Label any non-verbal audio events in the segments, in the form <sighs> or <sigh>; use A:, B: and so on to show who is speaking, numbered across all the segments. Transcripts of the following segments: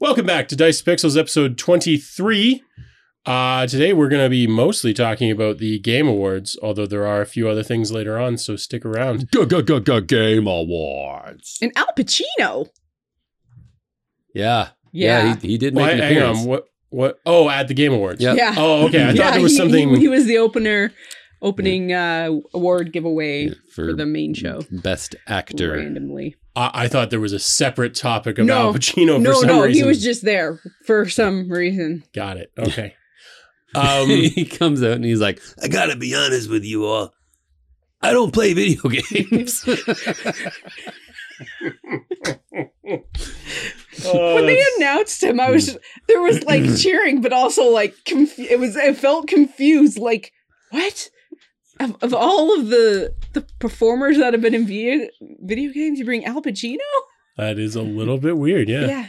A: Welcome back to Dice Pixels episode 23. Uh, today we're going to be mostly talking about the Game Awards, although there are a few other things later on, so stick around.
B: Game Awards.
C: And Al Pacino.
B: Yeah.
C: Yeah.
B: he, he did
A: Well,
B: make an
A: hang on,
B: appearance.
A: what? What? Oh, at the Game Awards.
B: Yeah.
C: Yeah.
A: Oh,
C: <laughs>
A: okay. I
B: Yeah,
A: thought there was
C: he-
A: something.
C: He, he was the opener, opening uh, award giveaway
B: for,
C: for the main show.
B: Best actor. <laughs>
C: Randomly.
A: I, I thought there was a separate topic of
C: No.
A: Al Pacino Oh, for
C: No,
A: some
C: no,
A: reason.
C: he was just there for some reason.
A: Got it. Okay.
B: <laughs>
A: Um,
B: he comes out and he's like, I gotta be honest with you all. I don't play video <laughs> games.
C: When they
A: uh,
C: announced him, I was there was like
A: <clears throat>
C: cheering, but also like conf- it was. I felt confused. Like what? Of, of all of the the performers that have been in video, video games, you bring Al Pacino?
A: that is a little bit weird. Yeah.
C: yeah.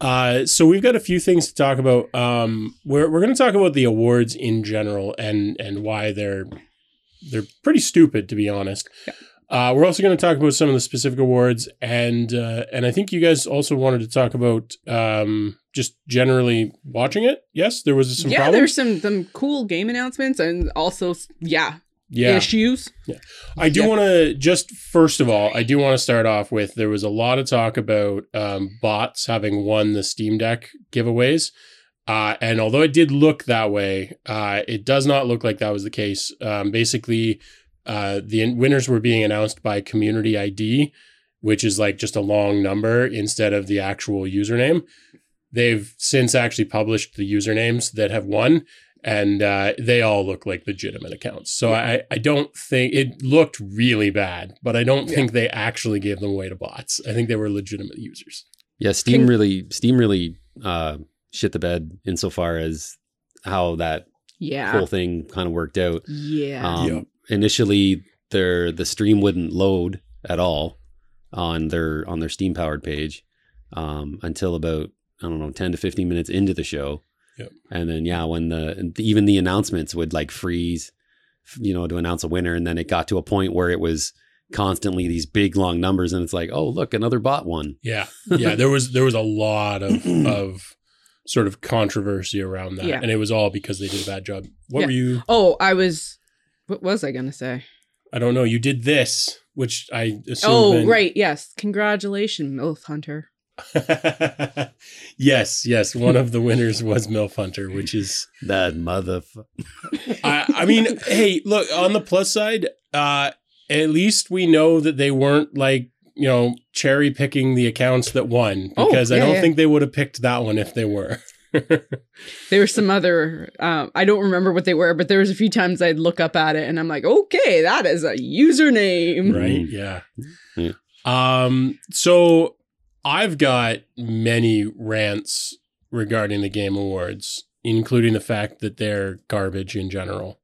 A: Uh, so we've got a few things to talk about. Um, we're we're going to talk about the awards in general and and why they're they're pretty stupid to be honest. Uh, we're also going to talk about some of the specific awards and uh, and I think you guys also wanted to talk about um, just generally watching it. Yes, there was some
C: yeah,
A: problems.
C: there's some some cool game announcements and also yeah,
A: Yeah,
C: issues.
A: I do
C: Yeah.
A: want to just first of all, I do want to start off with there was a lot of talk about um, bots having won the Steam Deck giveaways. Uh, and although it did look that way, uh, it does not look like that was the case. Um, basically, uh, the in- winners were being announced by community ID, which is like just a long number instead of the actual username. They've since actually published the usernames that have won, and uh, they all look like legitimate accounts. So I, I don't think it looked really bad, but I don't think they actually gave them away to bots. I think they were legitimate users.
B: yeah, Steam
C: Can-
B: really Steam really uh, shit the bed insofar as how that
C: Yeah.
B: whole thing kind of worked out.
C: Yeah.
B: Um,
A: Yeah.
B: Initially, their the stream wouldn't load at all on their on their Steam powered page um, until about I don't know ten to fifteen minutes into the show.
A: Yep.
B: And then yeah, when the and even the announcements would like freeze, f- you know, to announce a winner, and then it got to a point where it was constantly these big long numbers, and it's like, oh look, another bot won.
C: <laughs>
A: Yeah, yeah. There was there was a lot
C: <clears throat>
A: of of sort of controversy around that,
C: Yeah.
A: and it was all because they did a bad job. What
C: Yeah.
A: were you?
C: oh, I was what was I gonna say?
A: I don't know. You did this, which I assume.
C: oh,
A: meant-
C: right, yes. Congratulations, MILF Hunter.
A: <laughs> yes, yes. One of the winners was Milf Hunter, which is
B: That motherfucker.
A: I, I mean, hey, look, on the plus side, uh, at least we know that they weren't like, you know, cherry picking the accounts that won
C: Oh,
A: because I
C: yeah,
A: don't
C: yeah.
A: think they would have picked that one if they were.
C: There were some other um, I don't remember what they were, but there was a few times I'd look up at it and I'm like, okay, that is a username.
A: right? Yeah.
B: Yeah.
A: Um, so I've got many rants regarding the Game Awards, including the fact that they're garbage in general.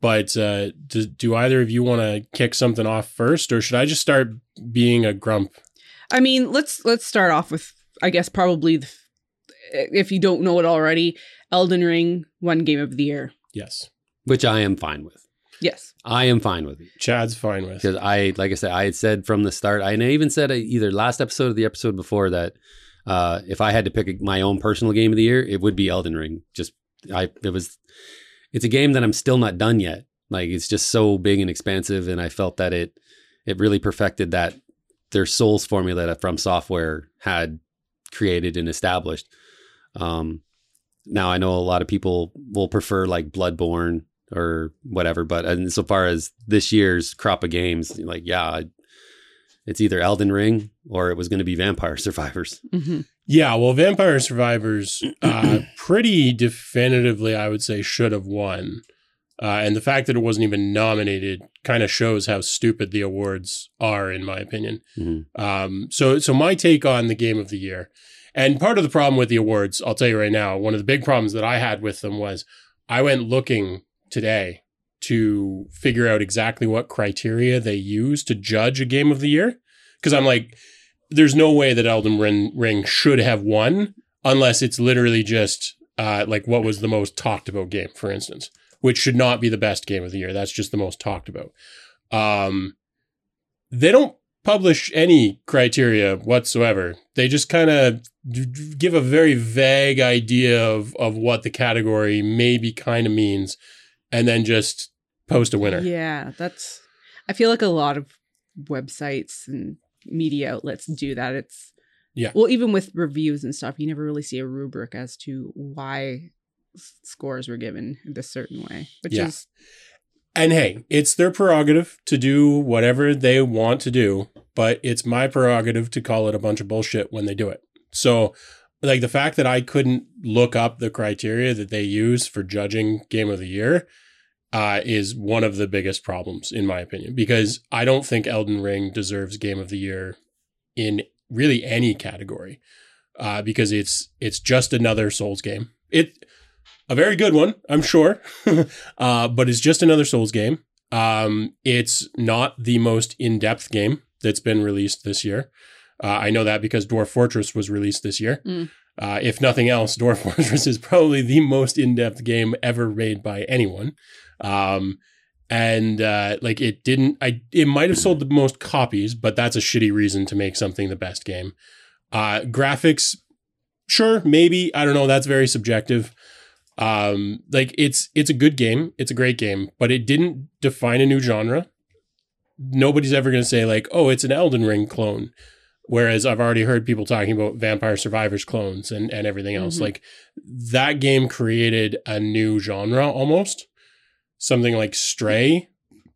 A: But uh, do, do either of you want to kick something off first, or should I just start being a grump?
C: I mean, let's let's start off with I guess probably the, f- if you don't know it already, Elden Ring one game of the year.
A: Yes,
B: which I am fine with.
C: Yes.
B: I am fine with it.
A: Chad's fine with.
B: because I, like I said, I had said from the start, I- and I even said uh, either last episode or the episode before that uh, if I had to pick a- my own personal game of the year, it would be Elden Ring. Just I, it was, it's a game that I'm still not done yet. Like it's just so big and expansive, and I felt that it, it really perfected that their Souls formula that From Software had created and established. Um, now I know a lot of people will prefer like Bloodborne or whatever, but insofar as this year's crop of games, like yeah, I- it's either Elden Ring or it was going to be Vampire <laughs> Survivors.
C: hmm
A: Yeah, well, Vampire Survivors uh, pretty definitively, I would say, should have won. Uh, and the fact that it wasn't even nominated kind of shows how stupid the awards are, in my opinion.
B: Mhm.
A: Um, so, so my take on the game of the year, and part of the problem with the awards, I'll tell you right now, one of the big problems that I had with them was I went looking today to figure out exactly what criteria they use to judge a game of the year, because I'm like, there's no way that Elden Ring, Ring should have won unless it's literally just uh, like what was the most talked about game, for instance, which should not be the best game of the year. That's just the most talked about. Um, they don't publish any criteria whatsoever. They just kind of d- d- give a very vague idea of of what the category maybe kind of means, and then just post a winner.
C: Yeah, that's. I feel like a lot of websites and media outlets do that. It's
A: Yeah.
C: Well, even with reviews and stuff, you never really see a rubric as to why s- scores were given the certain way, which
A: Yeah.
C: is
A: And hey, it's their prerogative to do whatever they want to do, but it's my prerogative to call it a bunch of bullshit when they do it. So, like the fact that I couldn't look up the criteria that they use for judging game of the year uh, is one of the biggest problems, in my opinion, because I don't think Elden Ring deserves game of the year in really any category uh, because it's it's just another Souls game. It a very good one, I'm sure. uh, but it's just another Souls game. Um, it's not the most in depth game that's been released this year. Uh, I know that because Dwarf Fortress was released this year.
C: Mm.
A: Uh, if nothing else, Dwarf <laughs> Fortress is probably the most in depth game ever made by anyone. Um, and uh, like it didn't, I it might have sold the most copies, but that's a shitty reason to make something the best game. Uh, graphics, sure, maybe I don't know. That's very subjective um like it's it's a good game it's a great game but it didn't define a new genre nobody's ever going to say like oh it's an elden ring clone whereas i've already heard people talking about vampire survivors clones and and everything else
C: Mhm.
A: like that game created a new genre almost something like stray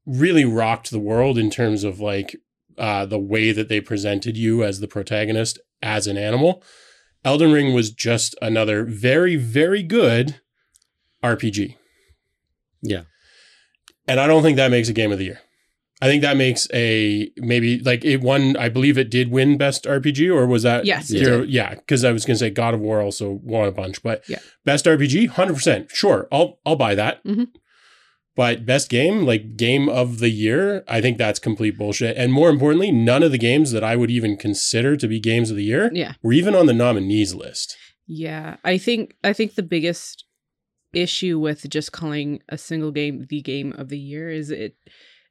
A: really rocked the world in terms of like uh the way that they presented you as the protagonist as an animal Elden Ring was just another very, very good RPG.
B: Yeah.
A: And I don't think that makes a game of the year. I think that makes a maybe like it won, I believe it did win best RPG, or was that?
C: Yes, it
A: Zero- yeah. Cause I was going to say God of War also won a bunch, but
C: Yeah.
A: best RPG, 100%. Sure. I'll, I'll buy that.
C: Mhm.
A: But best game, like game of the year, I think that's complete bullshit. And more importantly, none of the games that I would even consider to be games of the year
C: yeah.
A: were even on the nominees list.
C: Yeah, I think I think the biggest issue with just calling a single game the game of the year is it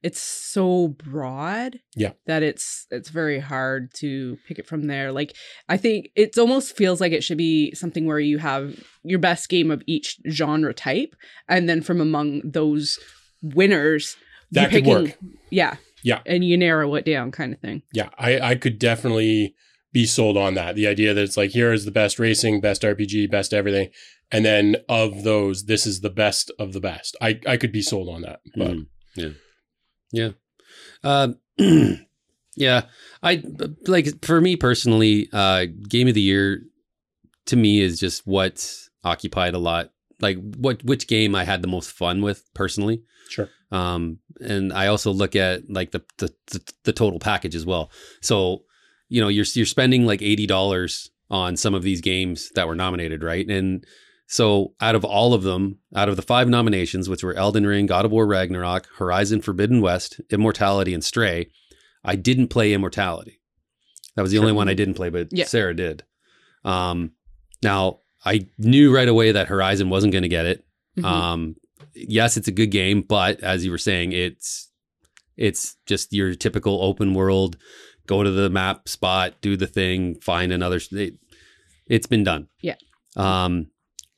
C: it's so broad
A: Yeah.
C: that it's it's very hard to pick it from there like i think it almost feels like it should be something where you have your best game of each genre type and then from among those winners
A: That
C: you're
A: could work.
C: yeah
A: Yeah.
C: and you narrow it down kind of thing
A: Yeah, I, I could definitely be sold on that. The idea that it's like here is the best racing, best RPG, best everything, and then of those, this is the best of the best. I, I could be sold on that. But
B: Mhm. yeah, yeah, um, <clears throat> yeah. I but, like for me personally, uh, game of the year to me is just what occupied a lot, like what which game I had the most fun with personally.
A: sure,
B: um, and I also look at like the the, the the total package as well. So you know you're you're spending like eighty dollars on some of these games that were nominated, right? And so out of all of them, out of the five nominations, which were Elden Ring, God of War Ragnarok, Horizon Forbidden West, Immortality, and Stray, I didn't play Immortality. That was the only
A: Sure.
B: one I didn't play, but
C: Yeah.
B: Sarah did. Um, now I knew right away that Horizon wasn't going to get it.
C: Mhm.
B: Um, yes, it's a good game, but as you were saying, it's it's just your typical open world. Go to the map spot, do the thing, find another. It, it's been done.
C: Yeah.
B: Um,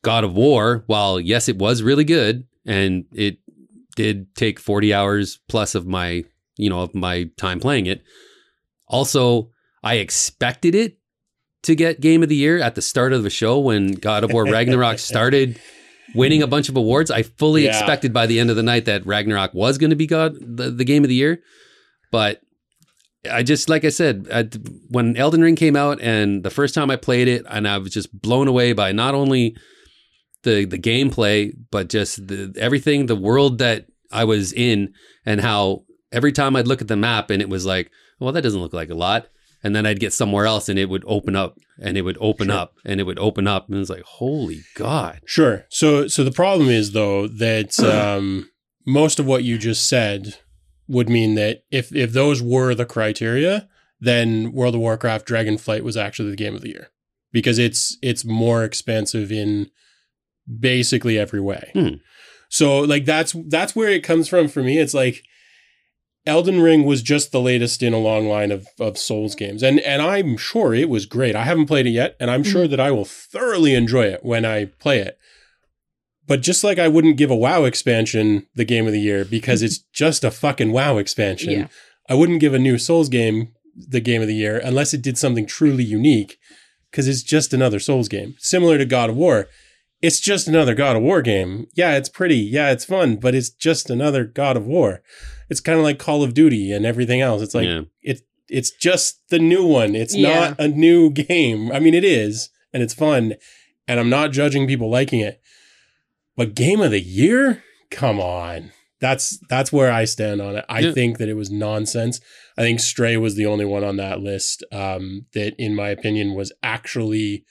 B: God of War, while yes, it was really good, and it did take forty hours plus of my you know of my time playing it. Also, I expected it to get Game of the Year at the start of the show when God of War Ragnarok started winning a bunch of awards. I fully
A: Yeah.
B: expected by the end of the night that Ragnarok was going to be God the, the Game of the Year, but I just like I said I, when Elden Ring came out and the first time I played it, and I was just blown away by not only the the gameplay but just the, everything, the world that I was in, and how every time I'd look at the map and it was like, well, that doesn't look like a lot. And then I'd get somewhere else and it would open up and it would open
A: Sure.
B: up and it would open up. And it was like, holy God.
A: sure. So so the problem is though that um, most of what you just said would mean that if if those were the criteria, then World of Warcraft Dragonflight was actually the game of the year because it's it's more expensive in basically every way.
B: Hmm.
A: So like that's that's where it comes from for me. It's like Elden Ring was just the latest in a long line of of Souls games, and and I'm sure it was great. I haven't played it yet, and I'm sure that I will thoroughly enjoy it when I play it. But just like I wouldn't give a WoW expansion the game of the year because it's just a fucking WoW expansion,
C: Yeah.
A: I wouldn't give a new Souls game the game of the year unless it did something truly unique because it's just another Souls game, similar to God of War. It's just another God of War game. Yeah, it's pretty. Yeah, it's fun, but it's just another God of War it's kind of like Call of Duty and everything else. It's like
B: yeah.
A: it's just the new one. It's
C: Yeah.
A: not a new game. I mean, it is, and it's fun, and I'm not judging people liking it. But game of the year? Come on. That's that's where I stand on it. I
B: Yeah.
A: think that it was nonsense. I think Stray was the only one on that list um, that, in my opinion, was actually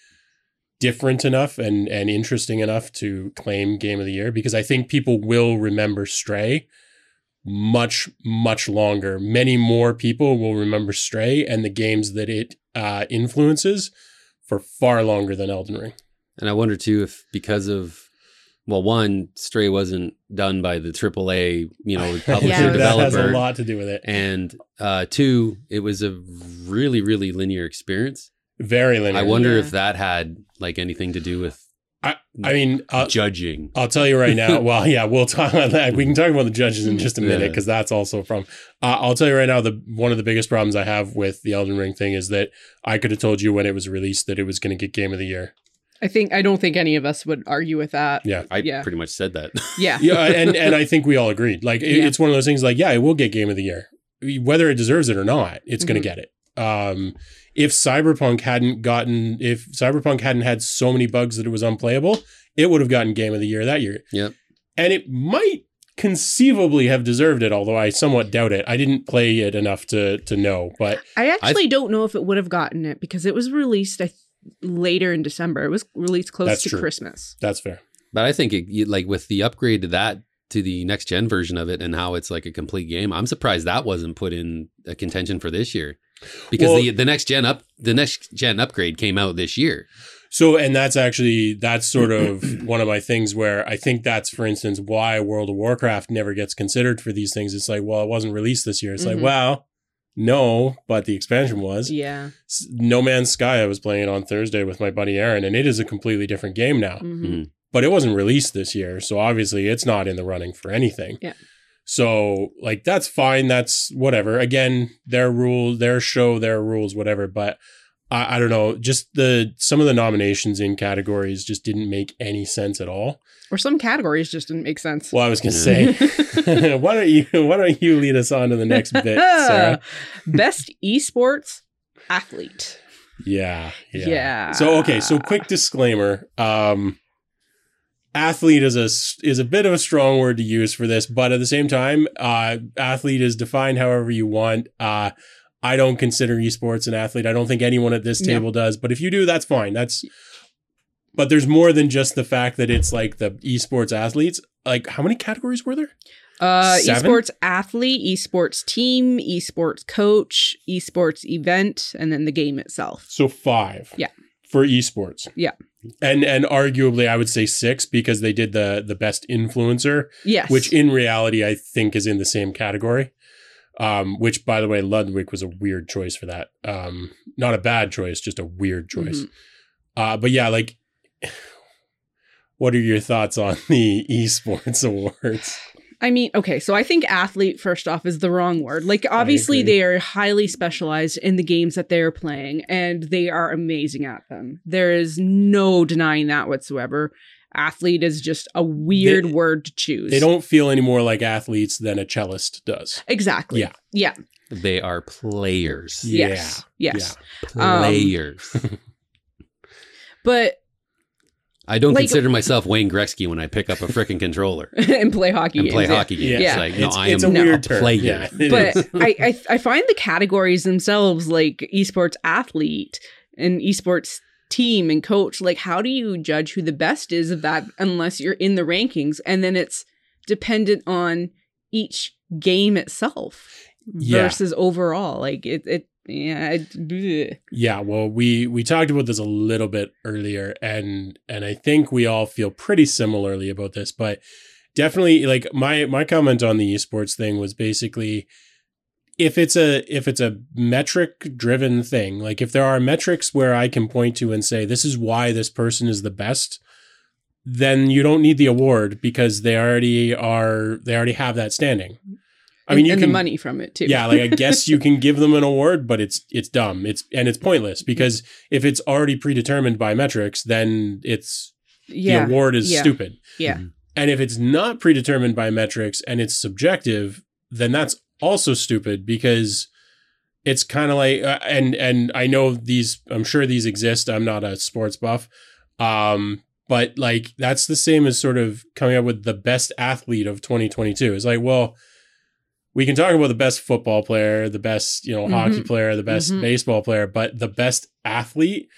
A: different enough and and interesting enough to claim game of the year because I think people will remember Stray much much longer. Many more people will remember Stray and the games that it uh, influences for far longer than Elden Ring.
B: And I wonder too if because of well, one, Stray wasn't done by the AAA, you
C: <laughs>
B: know, <laughs> publisher
C: Yeah.
A: that has a
B: developer,
A: lot to do with it.
B: and uh, two, it was a really, really linear experience.
A: Very linear.
B: I wonder
C: Yeah.
B: if that had like anything to do with
A: I mean, uh,
B: judging.
A: I'll tell you right
B: <laughs>
A: now. Well, yeah, we'll talk about that. We can talk about the judges in just a minute
B: Yeah.
A: because that's also from. Uh, I'll tell you right now. The one of the biggest problems I have with the Elden Ring thing is that I could have told you when it was released that it was going to get Game of the Year.
C: I think I don't think any of us would argue with that.
A: Yeah,
B: I
C: Yeah.
B: pretty much said that. <laughs>
C: Yeah.
A: yeah, and and I think we all agreed. Like it-
C: Yeah.
A: it's one of those things. Like yeah, it will get Game of the Year, whether it deserves it or not. It's going
C: Mhm.
A: to get it. Um, if Cyberpunk hadn't gotten, if Cyberpunk hadn't had so many bugs that it was unplayable, it would have gotten Game of the Year that year.
B: Yep.
A: and it might conceivably have deserved it, although I somewhat doubt it. I didn't play it enough to to know, but
C: I actually don't know if it would have gotten it because it was released I th- later in December. It was released close
A: That's
C: to
A: true.
C: Christmas.
A: that's fair.
B: but I think it, you- like with the upgrade to that to the next gen version of it and how it's like a complete game, I'm surprised that wasn't put in a contention for this year because
A: Well-
B: the the next gen up the next gen upgrade came out this year.
A: So, and that's actually that's sort of one of my things where I think that's, for instance, why World of Warcraft never gets considered for these things. It's like, well, it wasn't released this year. It's
C: Mhm.
A: like, well, no, but the expansion was.
C: Yeah.
A: S- No Man's Sky. I was playing it on Thursday with my buddy Aaron, and it is a completely different game now.
C: Mhm.
A: But it wasn't released this year, so obviously it's not in the running for anything.
C: Yeah.
A: So, like, that's fine. That's whatever. Again, their rule, their show, their rules, whatever. But I, I don't know. Just the some of the nominations in categories just didn't make any sense at all.
C: Or some categories just didn't make sense. <laughs>
A: Well, I was gonna
B: Yeah.
A: say, <laughs> why don't you why don't you lead us on to the next bit, Sarah?
C: <laughs> Best esports athlete.
A: Yeah,
C: Yeah.
A: yeah. So okay, so quick disclaimer. Um athlete is a s- is a bit of a strong word to use for this, but at the same time, uh athlete is defined however you want. Uh I don't consider esports an athlete. I don't think anyone at this
C: No.
A: table does, but if you do, that's fine. That's but there's more than just the fact that it's like the esports athletes. Like how many categories were there?
C: Uh,
A: Seven?
C: esports athlete, esports team, esports coach, esports event, and then the game itself.
A: So 5.
C: Yeah.
A: For esports.
C: Yeah.
A: And and arguably I would say 6 because they did the the best influencer
C: Yes.
A: which in reality I think is in the same category. Um, which by the way, Ludwig was a weird choice for that. Um, not a bad choice, just a weird choice.
C: Mhm.
A: Uh, but yeah, like, <sighs> what are your thoughts on the <laughs> esports awards?
C: I mean, okay, so I think athlete first off is the wrong word. Like obviously
A: agree.
C: they are highly specialized in the games that they're playing and they are amazing at them. There is no denying that whatsoever. Athlete is just a weird
A: They-
C: word to choose.
A: They don't feel any more like athletes than a cellist does.
C: Exactly.
A: Yeah.
C: Yeah.
B: They are players.
A: Yeah.
C: Yes. Yes. Um,
B: Players. <laughs>
C: But <laughs>
B: I don't
C: like-
B: consider myself Wayne Gretzky when I pick up a freaking controller
C: and play hockey
B: and play
C: games, <laughs> yeah.
B: hockey games.
C: Yeah.
B: Like, no,
A: it's,
B: I
A: it's
B: am
A: a weird
B: a
A: term.
B: player.
A: Yeah, it
C: but
A: is.
C: I, I
A: <laughs>
C: I find the categories themselves like esports athlete and esports team and coach like how do you judge who the best is of that unless you're in the rankings and then it's dependent on each game itself
A: Yeah.
C: versus overall like it it yeah it, bleh.
A: Yeah, well, we we talked about this a little bit earlier, and and I think we all feel pretty similarly about this, but definitely like my my comment on the esports thing was basically if it's a if it's a metric driven thing, like if there are metrics where I can point to and say this is why this person is the best, then you don't need the award because they already are they already have that standing. I mean,
C: and,
A: you
C: and
A: can
C: the money from it <laughs> too.
A: yeah, like I guess you can give them an award, but it's it's dumb. It's and it's pointless because if it's already predetermined by metrics, then it's
C: yeah,
A: the award is
C: yeah.
A: stupid.
C: yeah.
A: And if it's not predetermined by metrics and it's subjective, then that's also stupid because it's kind of like uh, and and I know these I'm sure these exist. I'm not a sports buff. Um but like that's the same as sort of coming up with the best athlete of 2022. It's like, well, we can talk about the best football player, the best, you know, hockey
C: Mhm.
A: player, the best
C: Mhm.
A: baseball player, but the best athlete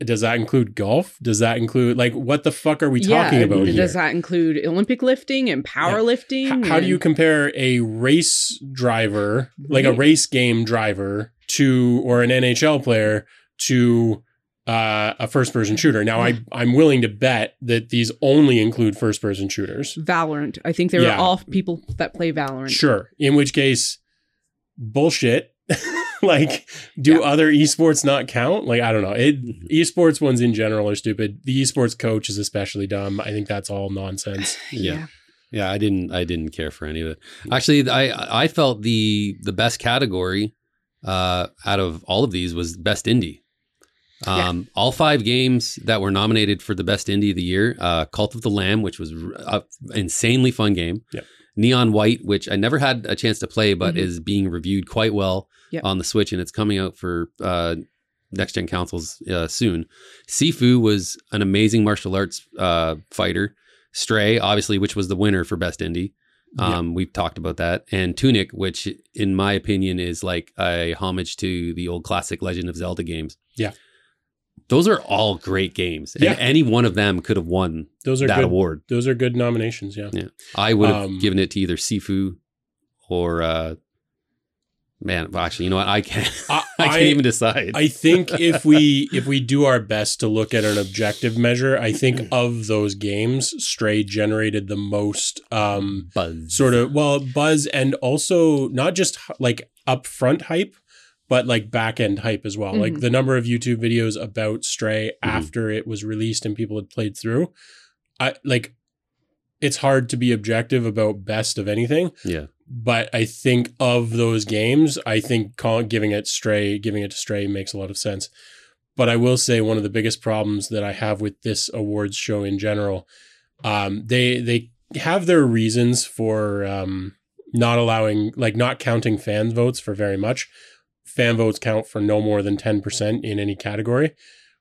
A: does that include golf? Does that include like what the fuck are we talking
C: yeah,
A: about
C: and
A: here?
C: Does that include Olympic lifting and powerlifting?
A: H- how do
C: and-
A: you compare a race driver, like a
C: Right.
A: race game driver, to or an NHL player to uh, a first person shooter? Now, I I'm willing to bet that these only include first person shooters.
C: Valorant? I think they were
A: Yeah.
C: all people that play Valorant.
A: Sure, in which case, bullshit. <laughs> like, do
C: Yeah. Mm-hmm.
A: other esports not count? Like, I don't know. It esports ones in general are stupid. The esports coach is especially dumb. I think that's all
C: <sighs>
A: nonsense.
B: Yeah. Yeah, I didn't. I didn't care for any of it. Actually, I I felt the the best category uh, out of all of these was best indie. Um, All five games that were nominated for the best indie of the year: uh, Cult of the Lamb, which was r- a insanely fun game.
A: Yep.
B: Neon White, which I never had a chance to play, but
C: Mhm.
B: is being reviewed quite well
C: Yep.
B: on the Switch, and it's coming out for uh, next gen consoles uh, soon. Sifu was an amazing martial arts uh, fighter. Stray, obviously, which was the winner for Best Indie. Um, We've talked about that. And Tunic, which, in my opinion, is like a homage to the old classic Legend of Zelda games.
A: Yeah.
B: Those are all great games. And
A: Yeah.
B: any one of them could have won
A: Those are
B: that
A: good.
B: award.
A: Those are good nominations. Yeah.
B: I would have
A: Um,
B: given it to either Sifu or, uh, man, well, actually, you know what? I can't, <laughs> I,
A: I-
B: can't
A: I-
B: even decide.
A: I think if we <laughs> if we do our best to look at an objective measure, I think of those games, Stray generated the most um
B: Buzz.
A: sort of well buzz and also not just h- like upfront hype, but like back end hype as well. Like
C: Mhm.
A: the number of YouTube videos about Stray
B: Mhm.
A: after it was released and people had played through. I like it's hard to be objective about best of anything,
B: Yeah.
A: but I think of those games, I think call, giving it stray, giving it to stray makes a lot of sense. But I will say one of the biggest problems that I have with this awards show in general, um, they they have their reasons for um, not allowing, like not counting fan votes for very much. Fan votes count for no more than ten percent in any category,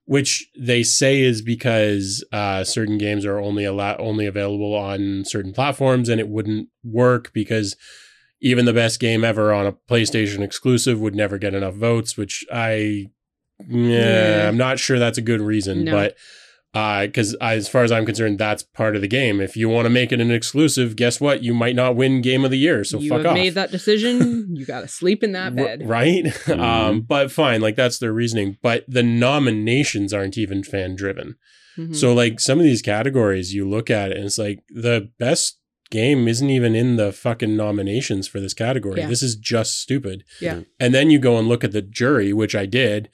A: which they say is because uh, certain games are only allow- only available on certain platforms, and it wouldn't work because even the best game ever on a PlayStation exclusive would never get enough votes, which I, yeah,
C: Yeah.
A: I'm not sure that's a good reason,
C: No.
A: but but because Uh, as far as I'm concerned, that's part of the game. If you want to make it an exclusive, guess what? You might not win Game of the Year, so
C: you
A: fuck
C: have
A: off.
C: made that decision. You got to sleep in that
A: R-
C: bed.
A: right? <laughs> Um, but fine, like that's their reasoning. But the nominations aren't even fan driven.
C: Mhm.
A: So like some of these categories, you look at it and it's like the best game isn't even in the fucking nominations for this category.
C: Yeah.
A: This is just stupid.
C: Yeah.
A: And then you go and look at the jury, which I did,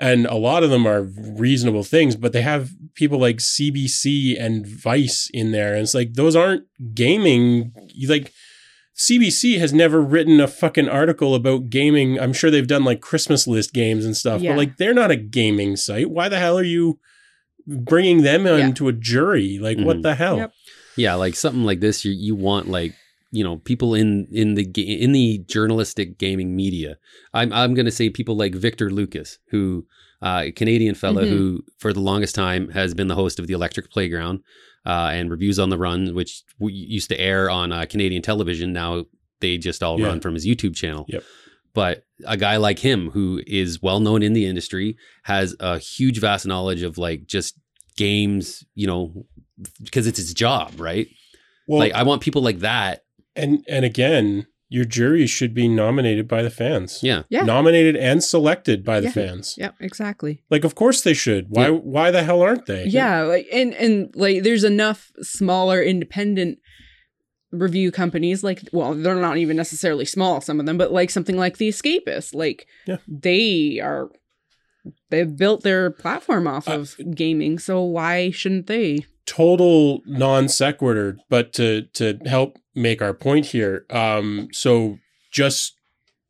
A: and a lot of them are reasonable things, but they have people like CBC and Vice in there, and it's like those aren't gaming. You like. CBC has never written a fucking article about gaming. I'm sure they've done like Christmas list games and stuff,
C: Yeah.
A: but like they're not a gaming site. Why the hell are you bringing them
C: Yeah.
A: into a jury? Like, what
B: Mhm.
A: the hell?
C: Yep.
B: yeah like something like this you, you want like you know people in in the ga- in the journalistic gaming media i'm i'm going to say people like victor lucas who uh, a canadian fella
C: Mhm.
B: who for the longest time has been the host of the electric playground uh, and reviews on the run which w- used to air on uh, canadian television now they just all
A: Yeah.
B: run from his youtube channel
A: Yep.
B: but a guy like him who is well known in the industry has a huge vast knowledge of like just games you know because it's his job right
A: Well,
B: like I want people like that.
A: and and again, your jury should be nominated by the fans.
B: Yeah.
C: Yeah.
A: Nominated and selected by the
C: Yeah.
A: fans.
C: yeah, exactly.
A: Like, of course they should. Why? Why the hell aren't they?
C: Yeah, like and and like there's enough smaller independent review companies like well they're not even necessarily small some of them but like something like the escapist like
A: Yeah.
C: they are they've built their platform off
A: Uh,
C: of gaming so why shouldn't they
A: total non sequitur, but to to help make our point here. Um, so just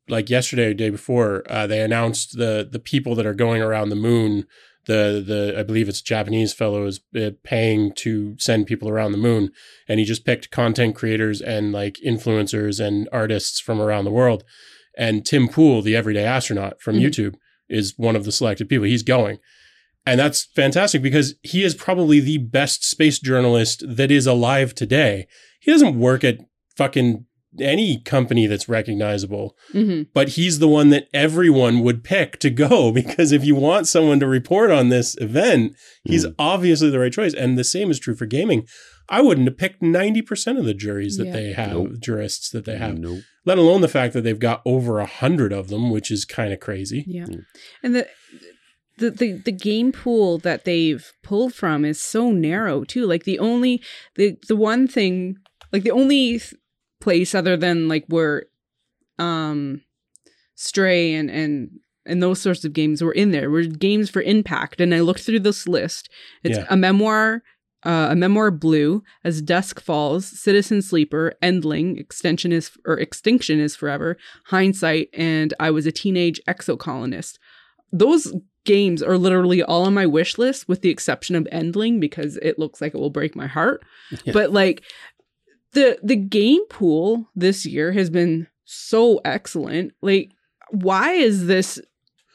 A: like yesterday, or day before, uh, they announced the the people that are going around the moon. The the I believe it's a Japanese fellow is uh, paying to send people around the moon, and he just picked content creators and like influencers and artists from around the world. And Tim Pool, the everyday astronaut from
C: Mhm.
A: YouTube, is one of the selected people. He's going. And that's fantastic because he is probably the best space journalist that is alive today. He doesn't work at fucking any company that's recognizable,
C: hmm
A: but he's the one that everyone would pick to go <laughs> because if you want someone to report on this event, he's obviously the right choice. And the same is true for gaming. I wouldn't have picked 90% of the juries that
C: Yeah.
A: they have,
B: Nope. Hmm.
A: jurists that they have,
B: Nope.
A: let alone the fact that they've got over a hundred of them, which is kind of crazy.
C: yeah
B: Mm.
C: and the the, the the game pool that they've pulled from is so narrow too like the only the the one thing like the only th- place other than like where um stray and and and those sorts of games were in there were games for impact and i looked through this list it's
A: Yeah.
C: a memoir uh, a memoir blue as dusk falls citizen sleeper endling extension is or extinction is forever hindsight and i was a teenage exocolonist those games are literally all on my wish list with the exception of endling because it looks like it will break
A: <laughs>
C: my heart
B: Yeah.
C: but like the the game pool this year has been so excellent like why is this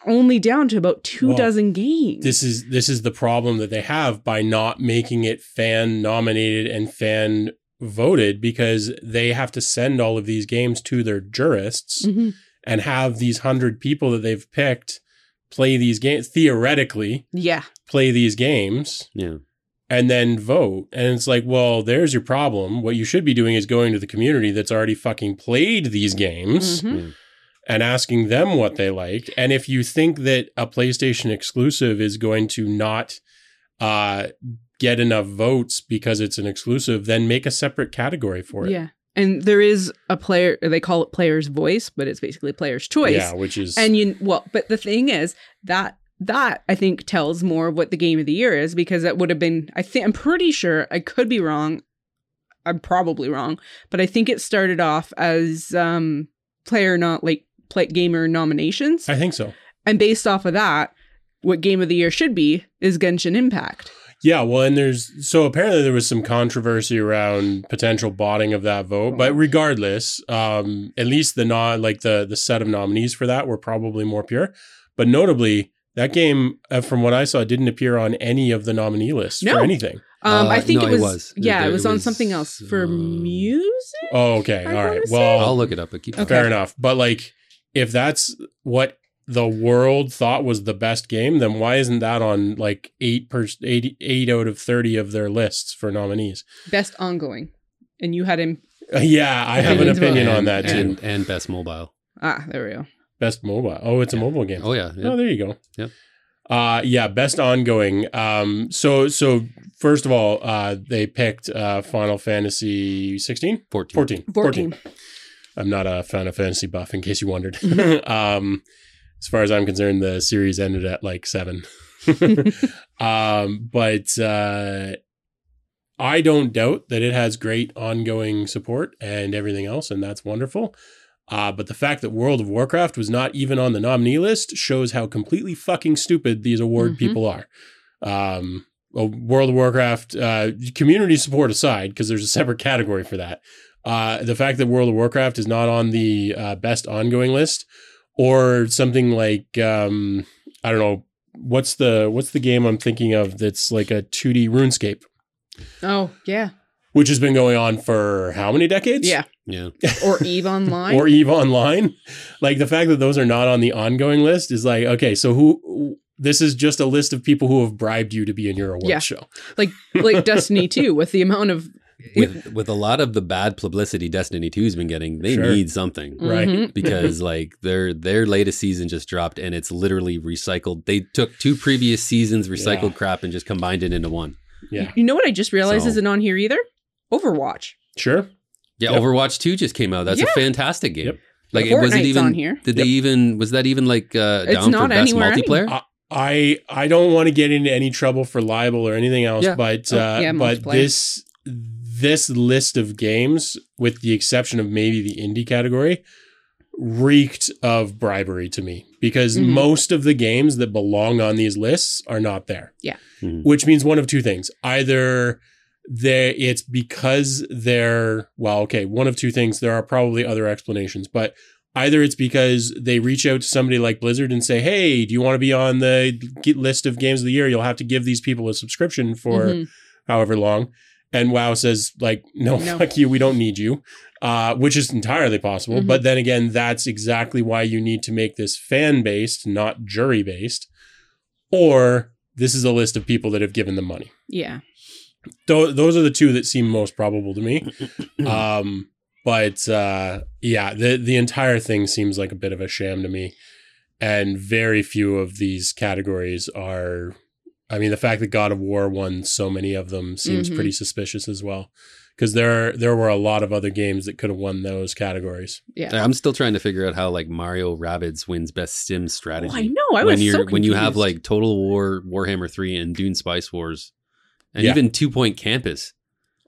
C: only down to about two
A: Well,
C: dozen games
A: this is this is the problem that they have by not making it fan nominated and fan voted because they have to send all of these games to their jurists
C: Mhm.
A: and have these hundred people that they've picked play these games theoretically
C: yeah
A: play these games
B: Yeah.
A: and then vote and it's like well there's your problem what you should be doing is going to the community that's already fucking played these games
C: Mhm.
B: Yeah.
A: and asking them what they like. And if you think that a PlayStation exclusive is going to not uh, get enough votes because it's an exclusive, then make a separate category for it.
C: yeah and there is a player they call it player's voice but it's basically player's choice
A: Yeah, which is
C: And you well, but the thing is that that I think tells more of what the game of the year is because that would have been I think I'm pretty sure I could be wrong. I'm probably wrong, but I think it started off as um player not like play gamer nominations.
A: I think so.
C: and based off of that, what game of the year should be is Genshin Impact.
A: Yeah, well, and there's so apparently there was some controversy around potential botting of that vote, but regardless, um, at least the non like the the set of nominees for that were probably more pure. But notably, that game, uh, from what I saw, didn't appear on any of the nominee lists
C: No.
A: for anything.
C: Um
B: Uh,
C: I think
B: no,
C: it,
B: it
C: was,
B: was.
C: yeah,
B: There-
C: it was
B: it
C: on
B: was,
C: something else for
B: um,
C: music.
A: Oh, okay,
C: I
A: all right.
C: wanna say-
A: Well,
B: I'll look it up, but keep
C: Okay.
A: fair enough. But like, if that's what the world thought was the best game, then why isn't that on like eight per eight, eight out of thirty of their lists for nominees? <laughs>
C: Best ongoing. And you had him
A: Uh, yeah, I have an
C: Opinions about-
A: opinion
B: and,
A: on that too.
B: And, and best mobile.
C: ah, there we go.
A: best mobile. Oh, it's a
B: Yeah.
A: mobile game.
B: Oh yeah. yeah.
A: Oh, there you go.
B: Yeah.
A: Uh yeah, best ongoing. Um so so first of all, uh they picked uh Final Fantasy 16,
B: 14.
A: 14.
C: 14.
A: I'm not a Final Fantasy buff, in case you
C: <laughs>
A: wondered. <laughs> um, as far as I'm concerned, the series ended at like seven. <laughs> um, but uh, I don't doubt that it has great ongoing support and everything else, and that's wonderful. Uh, but the fact that World of Warcraft was not even on the nominee list shows how completely fucking stupid these award
C: Mhm.
A: people are. Um, well, World of Warcraft uh, community support aside, because there's a separate category for that. Uh, the fact that World of Warcraft is not on the uh, best ongoing list, or something like um, I don't know what's the what's the game I'm thinking of that's like a 2D RuneScape,
C: Oh yeah,
A: which has been going on for how many decades?
C: yeah.
B: Yeah.
C: Or Eve Online.
A: or Eve Online. <laughs> Like the fact that those are not on the ongoing list is like okay, so who? This is just a list of people who have bribed you to be in your award
C: Yeah.
A: show.
C: like like Destiny too, with the amount of
B: With with a lot of the bad publicity Destiny 2's been getting, they
A: Sure.
B: need something.
A: Right.
C: Mhm.
A: <laughs>
B: because like their their latest season just dropped and it's literally recycled. They took two previous seasons recycled
A: Yeah.
B: crap and just combined it into one.
A: Yeah,
C: You know what I just realized
B: So-
C: isn't on here either? Overwatch.
A: <laughs> sure.
B: Yeah,
A: Yep.
B: Overwatch 2 just came out. That's
C: Yeah.
B: a fantastic game.
A: Yep.
B: Like it wasn't
C: Fortnite's
B: even
C: on here.
B: Did they even was that even like uh
C: It's
B: down for
C: not
B: best
C: anywhere
B: multiplayer?
A: anywhere. I I don't want to get into any trouble for libel or anything else,
B: Yeah.
A: but
C: Oh,
A: uh,
C: yeah,
A: but
C: multiplayer.
A: this this list of games, with the exception of maybe the indie category, reeked of bribery to me because
C: Mhm.
A: most of the games that belong on these lists are not there.
C: Yeah.
B: Mhm.
A: which means one of two things: either they it's because they're well, okay, one of two things. There are probably other explanations, but either it's because they reach out to somebody like Blizzard and say, "Hey, do you want to be on the g- list of games of the year? You'll have to give these people a subscription for
C: Mhm.
A: however long." And WoW says, "Like, no,
C: No.
A: fuck you. We don't need you," uh, which is entirely possible.
C: Mhm.
A: But then again, that's exactly why you need to make this fan based, not jury based, or this is a list of people that have given them money.
C: yeah.
A: Tho- those are the two that seem most probable to me. um, but uh, yeah, the the entire thing seems like a bit of a sham to me, and very few of these categories are. I mean, the fact that God of War won so many of them seems
C: Mhm.
A: pretty suspicious as well, because there there were a lot of other games that could have won those categories.
B: I'm still trying to figure out how like Mario Rabbids wins best sim strategy.
C: Oh, I know. I was
B: when
C: so
B: you're when you have
C: confused.
B: like Total War, Warhammer 3 and Dune Spice Wars and
A: Yeah.
B: even 2 Point Campus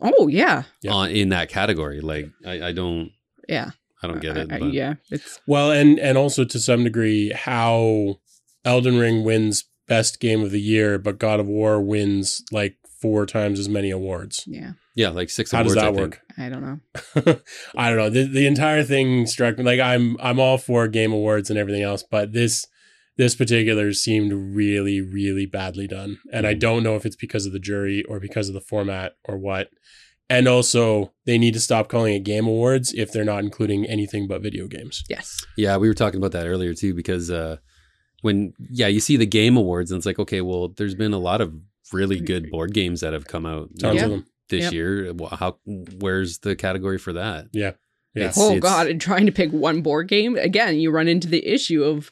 C: oh yeah,
A: Yeah.
B: on in that category. Like I, I don't
C: yeah.
B: I don't get it.
C: I- I-
B: but-
C: yeah, it's
A: Well, and and also to some degree how Elden Ring wins best game of the year, but God of War wins like four times as many awards.
C: yeah.
B: Yeah, like six
A: How does
B: awards, I
A: that
B: think.
A: work?
C: I don't know.
A: I don't know. The, the entire thing struck me like I'm I'm all for game awards and everything else, but this this particular seemed really really badly done, and I
B: Mhm.
A: don't know if it's because of the jury or because of the format or what. And also, they need to stop calling it game awards if they're not including anything but video games.
C: Yes.
B: Yeah, we were talking about that earlier too, because uh, when yeah, you see the game awards, and it's like, okay, well, there's been a lot of really good board games that have come out
A: Tons
C: Yeah.
A: of them.
B: this
C: Yep.
B: year. Well, How where's the category for that?
A: Yeah. Yeah.
B: It's-
C: oh
B: it's-
C: god, and trying to pick one board game again, you run into the issue of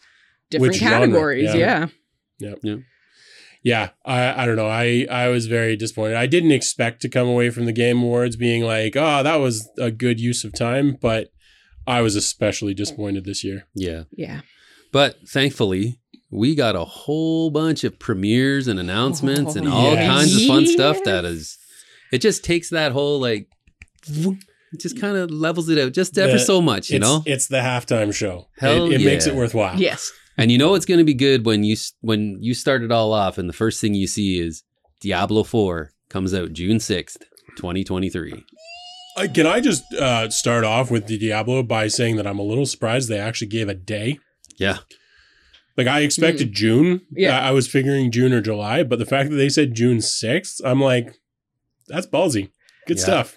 C: different
A: Which genre,
C: categories.
A: yeah.
C: yeah.
A: yeah i i don't know i i was very disappointed i didn't expect to come away from the game awards being like oh that was a good use of time but i was especially disappointed this year
B: Yeah,
C: yeah.
B: but thankfully. We got a whole bunch of premieres and announcements and
C: Oh,
B: all
A: yes.
B: kinds of fun stuff
C: Yes.
B: that is it just takes that whole like <sniffs> it just kind of levels it out just ever
A: The-
B: so much, you
A: it's,
B: know?
A: it's the halftime show
B: Hell
A: it, it makes
B: yeah.
A: it worthwhile
C: Yes.
B: And you know it's going to be good when you when you start it all off, and the first thing you see is Diablo Four comes out June sixth, twenty twenty three.
A: Uh, can i just uh start off with the diablo by saying that i'm a little surprised they actually gave a day
B: Yeah,
A: like i expected june
C: Mm. Yeah.
A: I, I was figuring june or july but the fact that they said june 6th i'm like that's ballsy good
B: Yeah.
A: stuff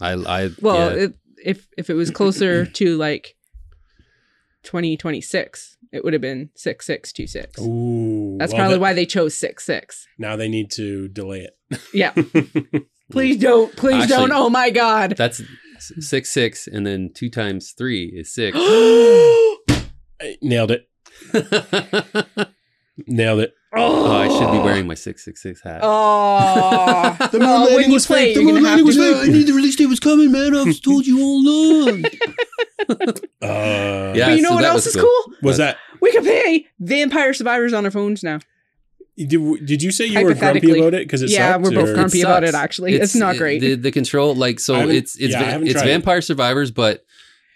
B: I, I
C: Well,
B: yeah.
C: it, if if it was closer to like 2026, it would have been 6626.
A: Ooh,
C: That's
A: well,
C: probably
A: that-
C: why they chose 66.
A: now they need to delay it
C: Yeah. Please don't. Please
B: Actually-
C: don't. Oh my god. <gasps>
B: that's s- six six, and then two times three is
C: <gasps>
B: six. <laughs>
A: I Nailed it.
B: oh,
A: Nailed it.
B: I should be wearing my six six six hat. <laughs>
C: <laughs> Oh.
A: The
C: moon Well, when landing you was play, fake. The you're moon gonna landing have to was fake. do it. I knew
B: the release date was coming, man. I
C: <laughs>
B: was told you all along.
A: Uh,
B: Yeah,
C: but you know
B: so
C: what
B: that
C: else
B: was
C: is
B: cool.
C: cool?
A: Was that?
C: We can play Vampire Survivors on our phones now.
A: Did, did you say you were grumpy
C: Hypothetically.
A: about it? Because it
C: yeah,
A: sucked,
C: we're both
A: or-
C: grumpy about it.
B: sucks.
C: Actually, it's, not
B: it-
C: great.
B: The, the control, like, so
A: I haven't-
B: it's it's
A: yeah, I
B: va-
A: haven't
B: it's
A: tried it.
B: Vampire Survivors, but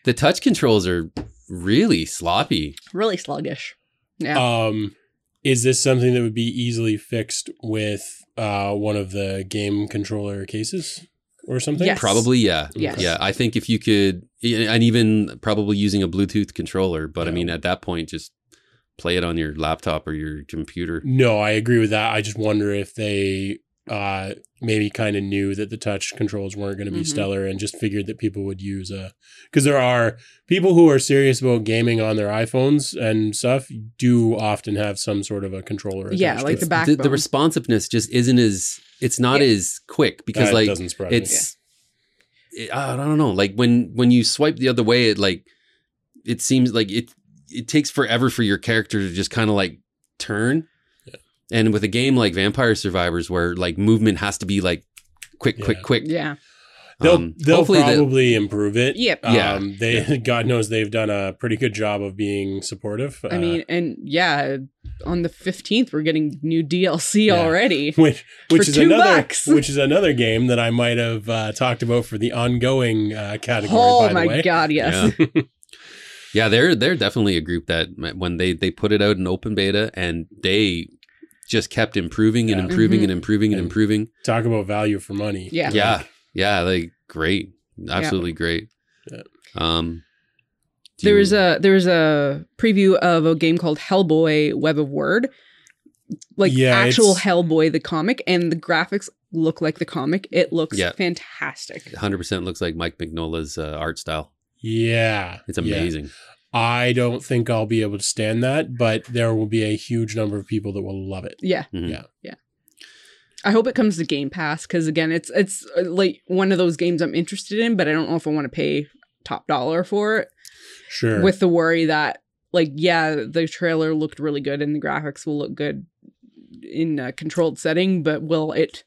B: the touch controls are really sloppy.
C: really sluggish. Yeah.
A: Um, is this something that would be easily fixed with uh, one of the game controller cases or something?
C: Yes.
B: Probably, yeah,
C: Yes.
B: yeah. I think if you could, and even probably using a Bluetooth controller, but I
A: Yeah.
B: mean, at that point, just play it on your laptop or your computer.
A: No, I agree with that. I just wonder if they uh, maybe kind of knew that the touch controls weren't going to be
C: Mhm.
A: stellar and just figured that people would use a because there are people who are serious about gaming on their iPhones and stuff do often have some sort of a controller. attached
C: Yeah,
A: to
C: like
A: it.
C: the
B: The- The,
C: backbone.
B: responsiveness just isn't as it's not
C: Yeah.
B: as quick because
A: That
B: like
A: Uh, doesn't surprise me.
B: it's it- I don't know. Like when when you swipe the other way, it like it seems like it it takes forever for your character to just kind of like turn. And with a game like Vampire Survivors, where like movement has to be like quick,
A: Yeah.
B: quick, quick,
C: yeah.
A: They'll
B: Um,
A: they'll
B: hopefully the-
A: probably improve it.
C: Yep.
B: Yeah.
A: Um, they <laughs> God knows they've done a pretty good job of being supportive. uh,
C: I mean, and yeah, on the fifteenth we're getting new DLC
A: Yeah. <laughs>
C: already.
A: which which
C: for
A: is
C: two
A: another
C: bucks. <laughs>
A: which is another game that I might have uh, talked about for the ongoing uh, category.
C: Oh
A: by
C: my
A: the way.
C: god, yes.
B: Yeah. <laughs> yeah, they're they're definitely a group that when they they put it out in open beta and they just kept improving and
A: Yeah.
B: improving and improving and
A: And-
B: improving.
A: Talk about value for money.
C: Yeah.
B: Yeah. Yeah, like great. Absolutely great.
A: Yeah.
B: Um do
C: There
B: you-
C: was a there was a preview of a game called Hellboy Web of Word. Like
A: Yeah,
C: actual
A: it's-
C: Hellboy the comic and the graphics look like the comic. It looks
B: Yeah.
C: fantastic.
B: 100% looks like Mike Mignola's uh, art style.
A: Yeah.
B: It's
A: Yeah.
B: amazing.
A: I don't think I'll be able to stand that, but there will be a huge number of people that will love it.
C: Yeah.
B: Mhm.
A: Yeah.
C: Yeah. I hope it comes to Game Pass because again, it's it's uh, like one of those games I'm interested in, but I don't know if I want to pay top dollar for it.
A: Sure.
C: With the worry that like yeah, the trailer looked really good and the graphics will look good in a controlled setting, but will it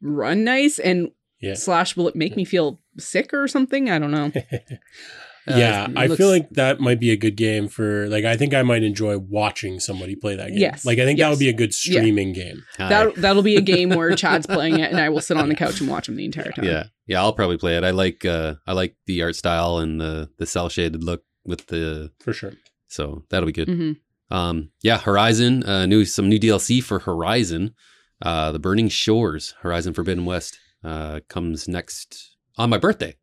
C: run nice and
A: Yeah.
C: slash will it make me feel sick or something? I
A: <laughs>
C: don't know.
B: Uh,
A: yeah,
B: it
A: I
B: looks-
A: feel like that might be a good game for like I think I might enjoy watching somebody play that game.
C: Yes,
A: Like I think that
C: yes.
A: would be a good streaming game.
B: Hi.
C: That that'll be a game
A: <laughs>
C: where Chad's playing it and I will sit on the couch and watch him the entire time.
B: yeah. Yeah, I'll probably play it. I like uh I like the art style and the the cell shaded look with the
A: For sure.
B: so that'll be good.
C: hmm
B: Um, yeah, Horizon, uh, new some new DLC for Horizon, uh, the Burning Shores, Horizon Forbidden West, uh, comes next on my birthday,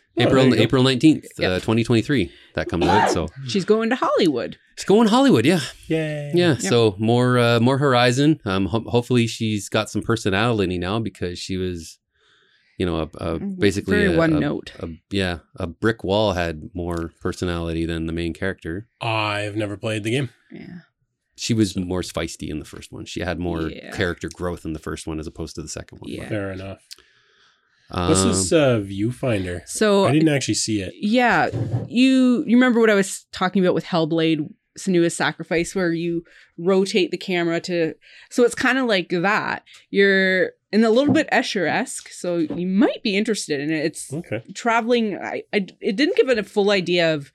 A: Oh, there you
B: April
A: go.
B: April nineteenth,
C: Yeah.
B: uh, twenty twenty three. That comes out, so
C: She's going to Hollywood.
B: it's going Hollywood, yeah,
A: Yay.
B: yeah.
C: Yeah.
B: So more uh, more Horizon. Um, ho- hopefully she's got some personality now because she was, you know, a, a basically
C: Very
B: a,
C: one
B: a-
C: note.
B: a- yeah, a brick wall had more personality than the main character.
A: I've never played the game.
C: Yeah.
B: she was more feisty in the first one. She had more
C: Yeah.
B: character growth in the first one as opposed to the second one.
C: Yeah.
A: Fair enough.
B: Um,
A: What's this uh, viewfinder?
C: So
A: I didn't actually see it.
C: yeah, you you remember what I was talking about with Hellblade Senua's Sacrifice, where you rotate the camera to so it's kind of like that. You're and a little bit Escher esque, so you might be interested in it. It's
A: Okay.
C: traveling. I, I it didn't give it a full idea of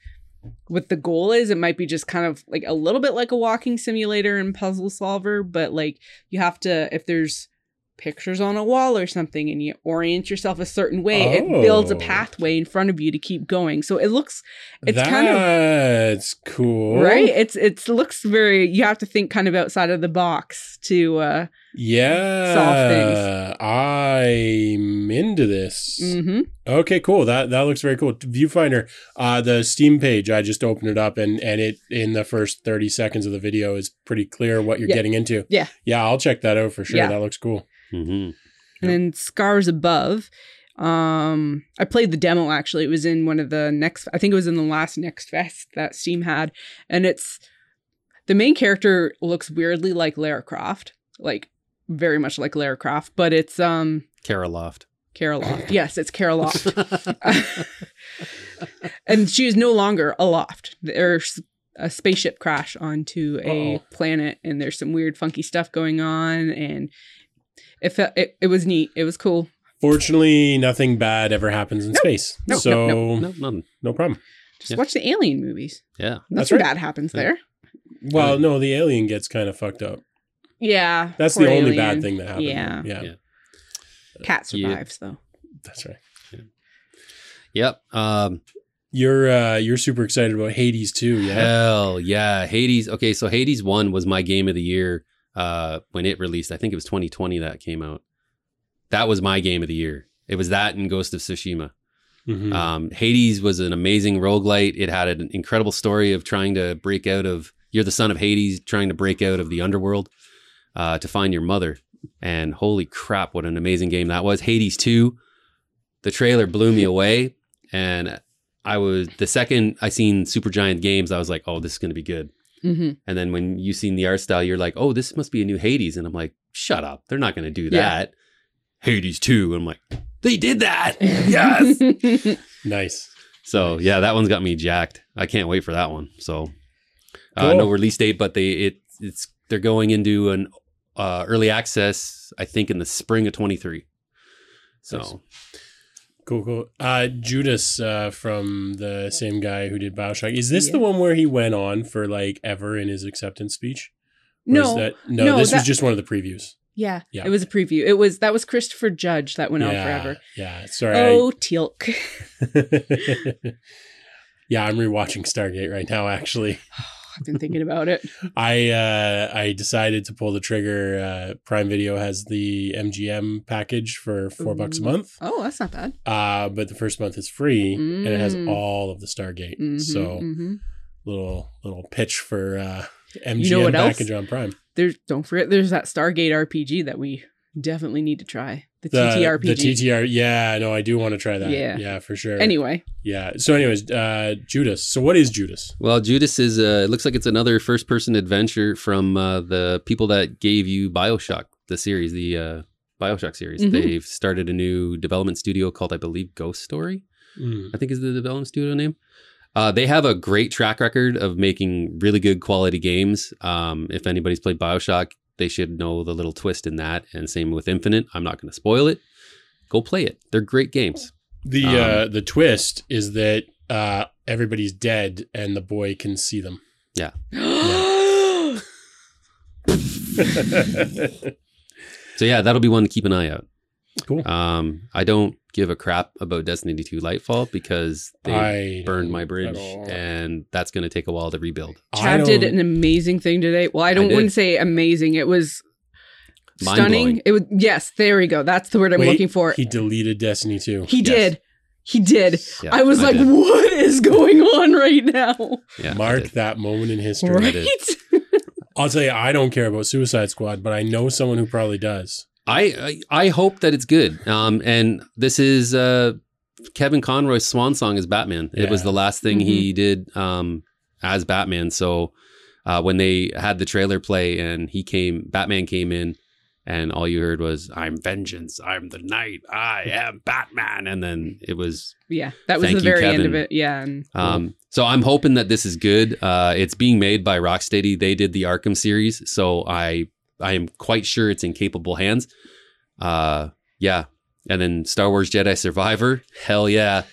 C: what the goal is. It might be just kind of like a little bit like a walking simulator and puzzle solver, but like you have to if there's pictures on a wall or something and you orient yourself a certain way it builds a
A: Oh.
C: pathway in front of you to keep going so it looks It's
A: That's
C: kind of-
A: cool.
C: right it's it's looks very you have to think kind of outside of the box to uh
A: Yeah.
C: Solve
A: I'm into this.
C: hmm
A: Okay, cool. That that looks very cool. Viewfinder, uh, the Steam page. I just opened it up, and and it in the first thirty seconds of the video is pretty clear what you're
C: Yeah.
A: getting into.
C: Yeah.
A: yeah. I'll check that out for sure.
C: Yeah.
A: That looks cool.
B: mhm.
C: and
A: Yep.
C: then scars above um i played the demo actually it was in one of the next i think it was in the last next fest that steam had and it's the main character looks weirdly like lara croft like very much like lara croft but it's um
B: Kara Loft. <laughs>
C: Kara
A: <laughs>
C: Loft. Yes, it's Kara Loft. and she is no longer aloft. There's a spaceship crash onto a
A: Uh-oh.
C: planet, and there's some weird, funky stuff going on. And it, felt, it it was neat. It was cool.
A: Fortunately, nothing bad ever happens in space,
C: No, no,
A: so no,
B: no, nothing.
A: problem.
C: Just
B: Yeah.
C: watch the Alien movies.
B: Yeah.
A: That's
C: Nothing
A: right.
C: bad happens
B: Yeah.
C: there.
A: Well, no, the alien gets kind of fucked up.
C: Yeah,
A: That's
C: poor
A: the only
C: alien.
A: bad thing that happened.
C: Yeah.
A: yeah,
B: Yeah.
C: Cat
B: Yeah.
C: survives though.
A: that's right.
B: Yep. Um,
A: You're uh, you're super excited about Hades too. Yeah,
B: Hell yeah. Hades. Okay, so Hades 1 was my game of the year uh, when it released. I think it was 2020 that came out. That was my game of the year. It was that and Ghost of Tsushima.
A: Mhm.
B: Um, Hades was an amazing roguelite. It had an incredible story of trying to break out of, you're the son of Hades, trying to break out of the underworld uh, to find your mother. And holy crap, what an amazing game that was. Hades 2, the trailer blew me away. And I was, the second I seen Supergiant Games, I was like, oh, this is going to be good.
C: <laughs> hmm
B: And then when you seen the art style, you're like, oh, this must be a new Hades. And I'm like, shut up. They're not going to do
C: Yeah.
B: that. Hades 2. And I'm like, they did that. Yes.
C: <laughs>
A: nice.
B: So yeah, that one's got me jacked. I can't wait for that one. So uh,
A: Cool.
B: no release date, but they it it's they're going into an uh, early access. I think in the spring of twenty three. So
A: Nice. Cool, cool. Uh, Judas uh, from the same guy who did Bioshock. Is this the one where he went on for like ever in his acceptance speech? Or is
C: No,
A: that, no,
C: no,
A: this was
C: that-
A: just one of the previews.
C: yeah,
A: Yeah.
C: it was a preview. It was that was Christopher Judge that went on forever.
A: Yeah, sorry.
C: Oh, Teal'c. <laughs>
A: I, <laughs> yeah, I'm rewatching Stargate right now. Actually,
C: I've been thinking about it.
A: I uh, I decided to pull the trigger. Uh, Prime Video has the MGM package for four bucks a
C: Ooh.
A: month,
C: <laughs> Oh, that's not bad.
A: uh, but the first month is free, and it has
C: Mm.
A: all of the Stargate.
C: Mhm,
A: so
C: mhm.
A: little little pitch for uh, MGM
C: what else?
A: package on Prime.
C: there's don't forget there's that Stargate RPG that we definitely need to try the, TTRPG.
A: The TTR. Yeah, no, I do want to try that.
C: Yeah.
A: yeah, for sure.
C: Anyway,
A: yeah. So, anyways, uh, Judas. So, what is Judas?
B: Well, Judas is. Uh, it looks like it's another first-person adventure from uh, the people that gave you Bioshock, the series, the uh, Bioshock series.
A: Mm-hmm.
C: Mhm.
B: They've started a new development studio called, I believe, Ghost Story.
A: Mm.
B: I think is the development studio name. Uh, they have a great track record of making really good quality games. Um, if anybody's played Bioshock, they should know the little twist in that. And same with Infinite. I'm not going to spoil it. Go play it. They're great games.
A: The
B: Um,
A: uh, the twist is that uh, everybody's dead and the boy can see
B: <laughs>
A: them.
C: <gasps>
A: <gasps>
B: So yeah, that'll be one to keep an eye out.
A: cool.
B: Um, I don't give a crap about Destiny 2 Lightfall because they
A: I
B: burned my bridge,
A: all.
B: and that's going to take a while to rebuild.
A: I
C: Chad did
A: don't-
C: an amazing thing today. Well, I don't
B: did.
C: wouldn't say amazing. It was
B: Mind-blowing.
C: stunning. It was yes. There we go. That's the word I'm
A: Wait,
C: looking for.
A: He
C: He,
A: deleted Destiny too.
B: yes.
C: did. He did.
B: Yeah,
C: I was like,
B: did.
C: what is going on right now?
B: Yeah, I
A: Mark
B: did.
A: that moment in history.
C: Right?
A: I'll tell you, I don't care about Suicide Squad, but I know someone who probably does.
B: I I I hope that it's good. Um, and this is uh Kevin Conroy's swan song as Batman. It was
A: Yeah.
B: the last thing he did um as Batman. So uh, when they had the trailer play and he came, Batman came in, and all you heard was "I'm vengeance. I'm the knight. I am Batman." And then it was
C: Yeah, that was
B: Thank
C: the
B: you,
C: very end of
B: Kevin.
C: it. Yeah, and
B: um, So I'm hoping that this is good. Uh, it's being made by Rocksteady. They did the Arkham series, so I I am quite sure it's in capable hands. Uh, yeah, and then Star Wars Jedi Survivor. Hell yeah,
C: Uh,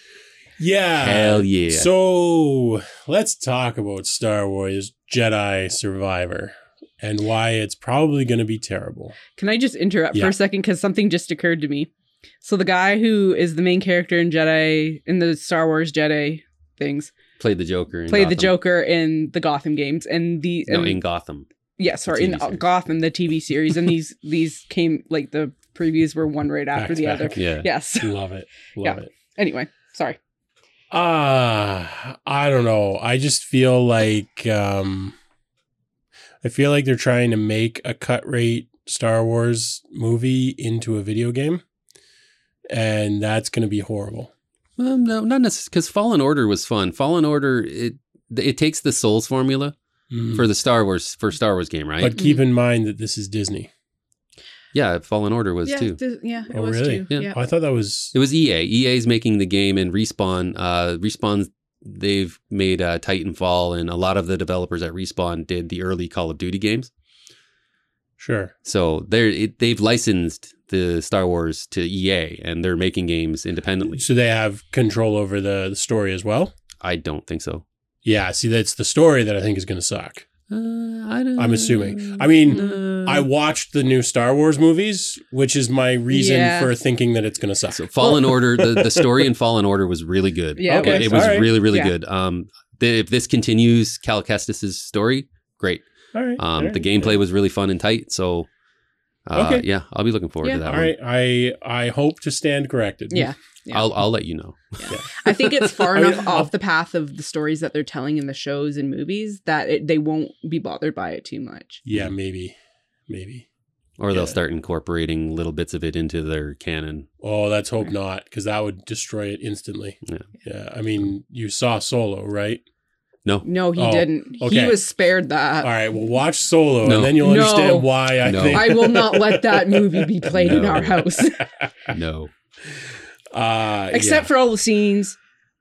A: Yeah.
B: hell yeah.
A: So let's talk about Star Wars Jedi Survivor and why it's probably going to be terrible.
C: Can I just interrupt
A: Yeah.
C: for a second because something just occurred to me? So the guy who is the main character in Jedi in the Star Wars Jedi things
B: played the Joker. In
C: played the
B: Gotham.
C: Joker in the Gotham games and the
B: No,
C: and-
B: in Gotham.
C: yeah sorry
B: TV
C: in uh,
B: series.
C: Gotham the TV series and these these came like the previews were one right after
A: Back to
C: the
A: back.
C: other.
B: Yeah.
C: Yes. <laughs>
A: Love it. Love
C: Yeah.
A: it.
C: Anyway, sorry.
A: Ah, I don't know. I just feel like um I feel like they're trying to make a cut rate Star Wars movie into a video game. And that's going to be horrible.
B: Um, no, not necessarily because Fallen Order was fun. Fallen Order it it takes the Souls formula
C: Mm-hmm.
A: Mm.
B: for the Star Wars for Star Wars game, right?
A: But keep in mind that this is Disney.
B: yeah, Fallen Order was
C: yeah,
B: too.
C: th- yeah, it
A: Oh,
C: was
A: really?
C: too.
B: Yeah.
C: Yeah.
A: I thought that was
B: It was E EA. EA's making the game and Respawn. Uh, Respawn's they've made uh, Titanfall and a lot of the developers at Respawn did the early Call of Duty games.
A: sure.
B: So they're it, they've licensed the Star Wars to EA and they're making games independently.
A: So they have control over the, the story as well.
B: I don't think so.
A: Yeah, see that's the story that I think is going to suck.
B: Uh, I don't,
A: I'm assuming. I mean,
B: uh,
C: Mm.
A: I watched the new Star Wars movies, which is my reason
C: Yeah.
A: for thinking that it's going to suck.
B: So Fallen Order, the, the story
A: <laughs>
B: in Fallen Order was really good.
C: Yeah, it
B: It-
A: Okay,
B: it, was
A: all right.
B: really really
C: Yeah.
B: good. Um, the, if this continues Cal Kestis' story, great.
A: All right. all
B: Um,
A: right.
B: the gameplay was really fun and tight. So, uh,
A: Okay.
B: yeah, I'll be looking forward
C: Yeah.
B: to that.
A: All
B: one.
A: right, I I hope to stand corrected.
C: Yeah. Yeah.
B: I'll I'll let you know.
C: I think it's far
A: I mean,
C: enough off the path of the stories that they're telling in the shows and movies that it, they won't be bothered by it too much.
A: yeah, maybe, maybe.
B: Or
A: Yeah.
B: they'll start incorporating little bits of it into their canon.
A: Oh, let's hope not, because that would destroy it instantly.
B: Yeah.
A: I mean, you saw Solo, right?
B: No,
C: No, he
A: Oh,
C: didn't.
A: okay.
C: He was spared that.
A: All right. Well, watch Solo,
B: No.
A: and then you'll
C: Uh, No.
A: understand why I
B: No.
A: think.
C: I will not let that movie be played in our
B: No.
C: house,
A: Ah.
B: no.
A: <laughs> uh,
C: except for all the scenes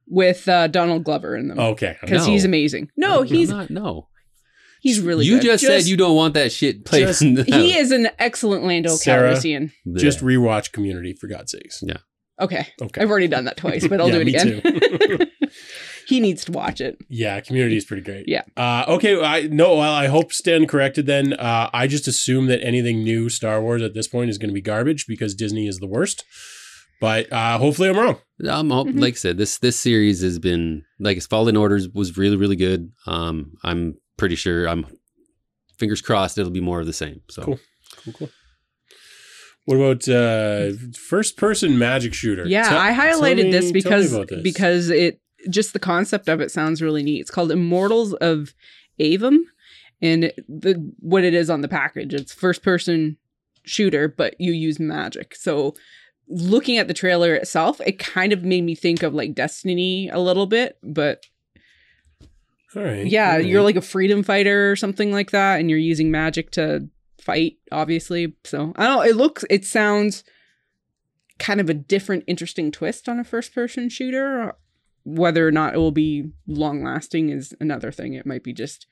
C: with uh, Donald Glover in them
A: yeah. okay.
C: because
B: No.
C: he's amazing. No, he's
B: not. No,
C: he's really
B: you
C: good.
B: just, said you don't want that shit played.
A: Just-
B: in the
C: he
B: house.
C: is an excellent Lando
A: Oh. Sarah.
C: Calrissian.
B: <laughs> Yeah.
A: Just rewatch Community for God's sakes.
C: Okay.
A: Okay.
C: I've already done that twice, but I'll
A: Yeah,
C: do it
A: me
C: again. <laughs>
A: <laughs>
C: he needs to watch it.
A: Yeah, community is pretty great.
C: Yeah.
A: Uh, okay. I no. Well, I hope Stan corrected. Then uh, I just assume that anything new Star Wars at this point is going to be garbage because Disney is the worst. But uh, hopefully, I'm wrong.
B: I'm hop-
C: Mhm.
B: like I said, this this series has been like it's Fallen Orders was really really good. Um, I'm pretty sure I'm fingers crossed it'll be more of the same. So
A: Cool. Cool. cool. What about uh, first person magic shooter?
C: Yeah,
A: Tell-
C: I
A: tell
C: highlighted
A: me-
C: this
A: tell me
C: because
A: about this.
C: because it just the concept of it sounds really neat. It's called Immortals of Avum, and the what it is on the package, it's first person shooter, but you use magic. So looking at the trailer itself, it kind of made me think of like Destiny a little bit, but
A: All right.
C: yeah,
A: all right.
C: you're like a freedom fighter or something like that, and you're using magic to fight, obviously. So I don't. know, It looks, it sounds kind of a different, interesting twist on a first-person shooter. Whether or not it will be long-lasting is another thing. It might be just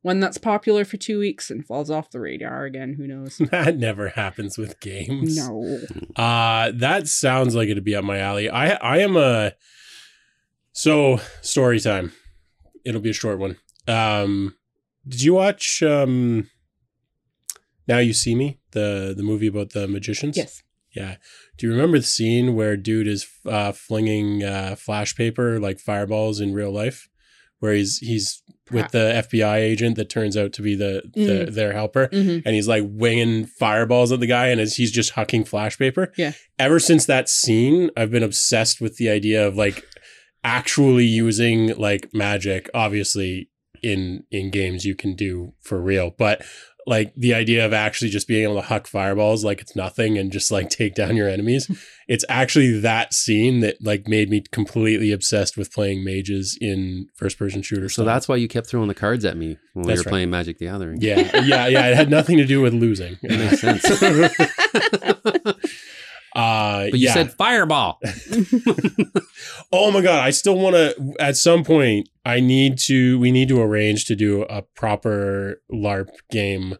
C: one that's popular for two weeks and falls off the radar again. Who knows?
A: <laughs> that never happens with games.
C: no.
A: Uh that sounds like it'd be up my alley. I I am a so story time. It'll be a short one. Um did you watch um Now You See Me, the the movie about the magicians?
C: Yes.
A: Yeah. Do you remember the scene where dude is uh flinging uh flash paper like fireballs in real life where he's he's
C: Ah.
A: with the FBI agent that turns out to be the, the their helper?
C: Mhm.
A: and he's like winging fireballs at the guy and as he's just hucking flash paper.
C: Yeah.
A: Ever since that scene, I've been obsessed with the idea of like actually using like magic. Obviously, in in games you can do for real, but like the idea of actually just being able to huck fireballs like it's nothing and just like take down your enemies. it's actually that scene that like made me completely obsessed with playing mages in first person shooter.
B: So
A: style.
B: that's why you kept throwing the cards at me when
A: That's
B: we were
A: right.
B: playing Magic the Gathering.
A: yeah, yeah, yeah. It had nothing to do with losing.
B: That makes sense.
A: <laughs> Uh,
B: But you
A: yeah.
B: said fireball.
A: Oh my god, I still want to at some point I need to we need to arrange to do a proper LARP game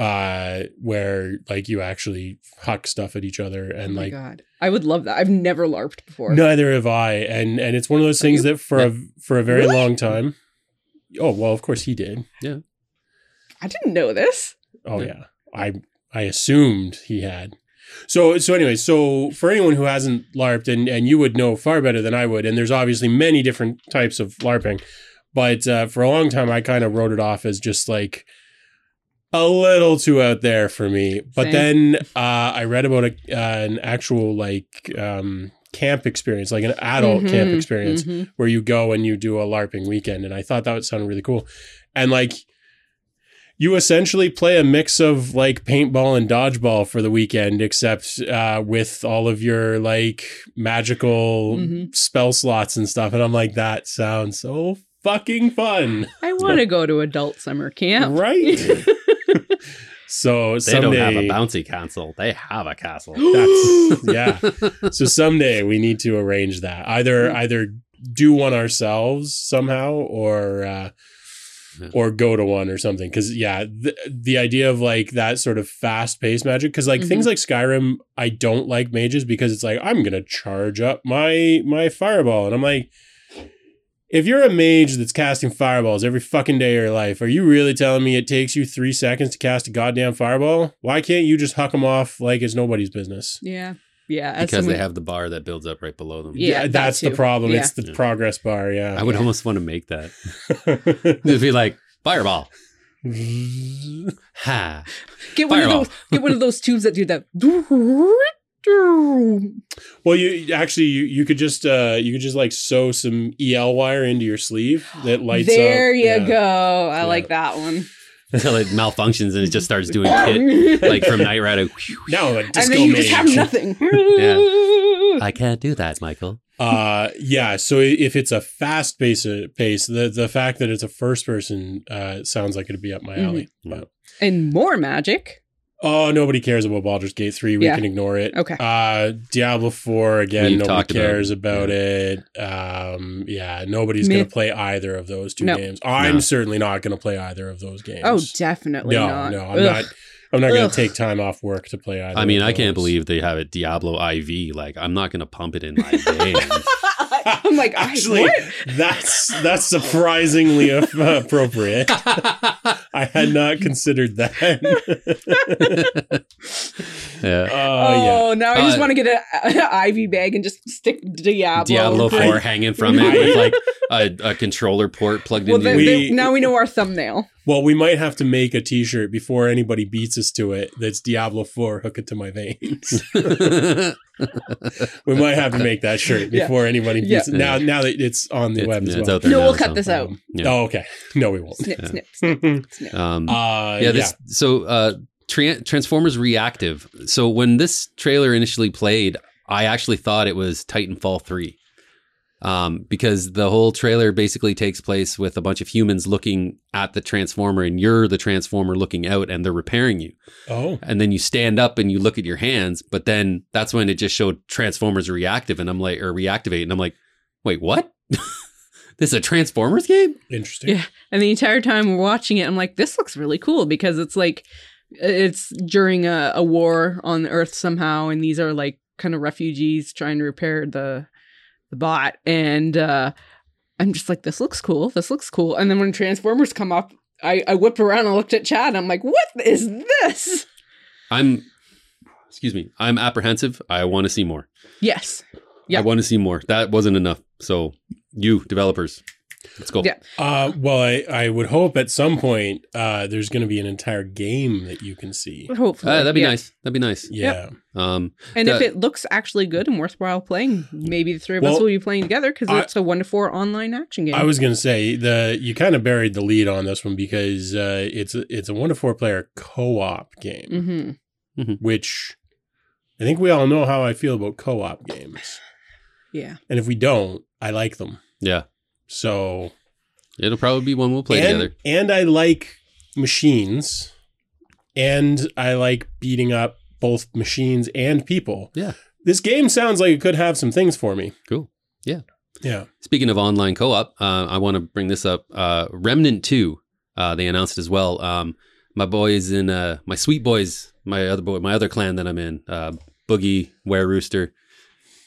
A: uh where like you actually huck stuff at each other
C: Oh
A: and
C: my
A: like
C: God, I would love that. I've never LARPed before.
A: neither have I and and it's one of those
C: Have
A: things that for a for a very
C: Really?
A: long time Oh, well, of course he did.
C: I didn't know this.
A: Oh
B: Yeah.
A: yeah. I I assumed he had. So so anyway, so for anyone who hasn't LARPed and and you would know far better than I would, and there's obviously many different types of LARPing, but uh, for a long time I kind of wrote it off as just like a little too out there for me. But
C: Same.
A: then uh, I read about a, uh, an actual like um, camp experience, like an adult camp
C: Mhm.
A: experience
C: Mhm.
A: where you go and you do a LARPing weekend. And I thought that would sound really cool. And like, you essentially play a mix of like paintball and dodgeball for the weekend, except uh, with all of your like magical
C: Mhm.
A: spell slots and stuff. And I'm like, that sounds so fucking fun,
C: I want to go to adult summer camp.
A: right? <laughs> so
B: They
A: someday,
B: don't have a bouncy castle. They have a
C: <gasps>
B: castle.
A: That's yeah. So someday we need to arrange that. Either either do one ourselves somehow, or uh,
B: Yeah.
A: or go to one or something. Because yeah, the, the idea of like that sort of fast paced magic. Because like things like Skyrim, I don't like mages because it's like I'm gonna charge up my my fireball, and I'm like. If you're a mage that's casting fireballs every fucking day of your life, are you really telling me it takes you three seconds to cast a goddamn fireball? Why can't you just huck them off like it's nobody's business?
C: Yeah. Yeah.
B: because
C: as someone-
B: they have the bar that builds up right below them.
C: Yeah. that
A: that's the
C: too.
A: problem.
C: Yeah.
A: It's the
B: Yeah.
A: progress bar. Yeah,
B: I would almost want to make that.
A: would.
B: It'd be like fireball. <laughs> Ha.
C: Get one
B: Fireball.
C: of those. Get one
A: <laughs>
C: of those tubes that do that.
A: <laughs> well, you actually you, you could just uh you could just like sew some EL wire into your sleeve that lights up.
C: there you
A: Yeah.
C: go. I
A: Yeah.
C: like that one.
B: Until it malfunctions and it just starts doing hit.
C: <laughs>
B: Like from Night Rider.
A: Now I'm a
C: and
A: disco
C: then you
A: mage.
C: just have nothing.
B: <laughs> I can't do that, Michael.
A: <laughs> uh, yeah. So i- if it's a fast pace, uh, pace the the fact that it's a first person uh sounds like it'd be up my
C: Mhm.
A: alley.
B: Yeah.
A: But
C: <laughs> And more magic.
A: oh, nobody cares about Baldur's Gate three. We
C: Yeah.
A: can ignore it.
C: Okay.
A: Uh, Diablo four again.
B: We've talked
A: nobody
B: about it.
A: cares about, it. Um, yeah, nobody's
C: Meh.
A: gonna play either of those two
C: No.
A: games. I'm
B: No.
A: certainly not gonna play either of those games.
C: Oh, definitely
A: no,
C: not.
A: no,
C: Ugh.
A: I'm not. I'm not going
B: Ugh.
A: to take time off work to play either.
B: I mean,
A: of
B: I can't
A: those.
B: believe they have a Diablo IV. Like, I'm not gonna pump it in my game.
C: <laughs> <laughs> I'm like, I-
A: Actually, uh,
C: what?
A: that's that's surprisingly <laughs> af- appropriate. I had
C: <laughs>
A: not considered that.
B: yeah.
A: Oh yeah,
C: Oh, now I just
B: Uh,
C: want to get an Ivy bag and just stick Diablo.
B: Diablo
C: in front.
B: Four hanging from it with like a, a controller port plugged
C: Well,
B: into
C: then,
B: your-
A: We-
C: then- now we know our thumbnail.
A: Well, we might have to make a T-shirt before anybody beats us to it. That's Diablo Four. Hook it to my veins. we might have to make that shirt
C: Yeah.
A: before anybody
C: Yeah.
A: beats. it. Now, now that it's on
B: <laughs>
A: the
B: It's-
A: web as
B: yeah, it's
A: well.
B: out there
C: No,
B: now,
C: we'll cut
B: so,
C: this out.
B: Yeah.
A: Oh, okay. No, we won't. <laughs>
C: Snip,
B: Yeah.
C: snip, snip,
A: uh,
C: snip.
B: Um, yeah,
A: yeah,
B: this so uh Tran Transformers Reactive. So when this trailer initially played, I actually thought it was Titanfall 3. Um because the whole trailer basically takes place with a bunch of humans looking at the transformer and you're the transformer looking out and they're repairing you.
A: Oh,
B: And then you stand up and you look at your hands, but then that's when it just showed Transformers Reactive and I'm like or Reactivate and I'm like, "Wait, what?" <laughs> This is a Transformers game?
A: interesting.
C: Yeah. And the entire time we're watching it, I'm like, this looks really cool because it's like it's during a, a war on Earth somehow, and these are like kind of refugees trying to repair the the bot. And uh I'm just like, this looks cool. This looks cool. And then when Transformers come up, I, I whip around and looked at Chad. And I'm like, what is this?
B: I'm excuse me. I'm apprehensive. I want to see more.
C: Yes. Yeah.
B: I want to see more. That wasn't enough. So you developers, let's go.
C: Yeah.
A: Uh, well, I, I would hope at some point uh, there's going to be an entire game that you can see.
C: Hopefully.
B: Ah, that'd be
C: yeah.
B: nice. That'd be nice.
A: Yeah.
B: Um,
C: And if
B: The-
C: it looks actually good and worthwhile playing, maybe the three of us
A: Well,
C: will be playing together because
A: I-
C: it's a one to four online action game.
A: I was going to say the you kind of buried the lead on this one because uh, it's a, it's a one to four player co-op game,
C: hmm
A: which I think we all know how I feel about co-op games.
C: Yeah.
A: And if we don't, I like them.
B: yeah,
A: So
B: it'll probably be one we'll play
A: and,
B: together.
A: And I like machines, and I like beating up both machines and people.
B: Yeah.
A: this game sounds like it could have some things for me.
B: Cool.
A: Yeah.
B: Speaking of online co-op, uh, I want to bring this up. Uh, Remnant Two, uh, they announced as well. Um, my boys in uh, my sweet boys, my other boy, my other clan that I'm in, uh, Boogie, Ware Rooster.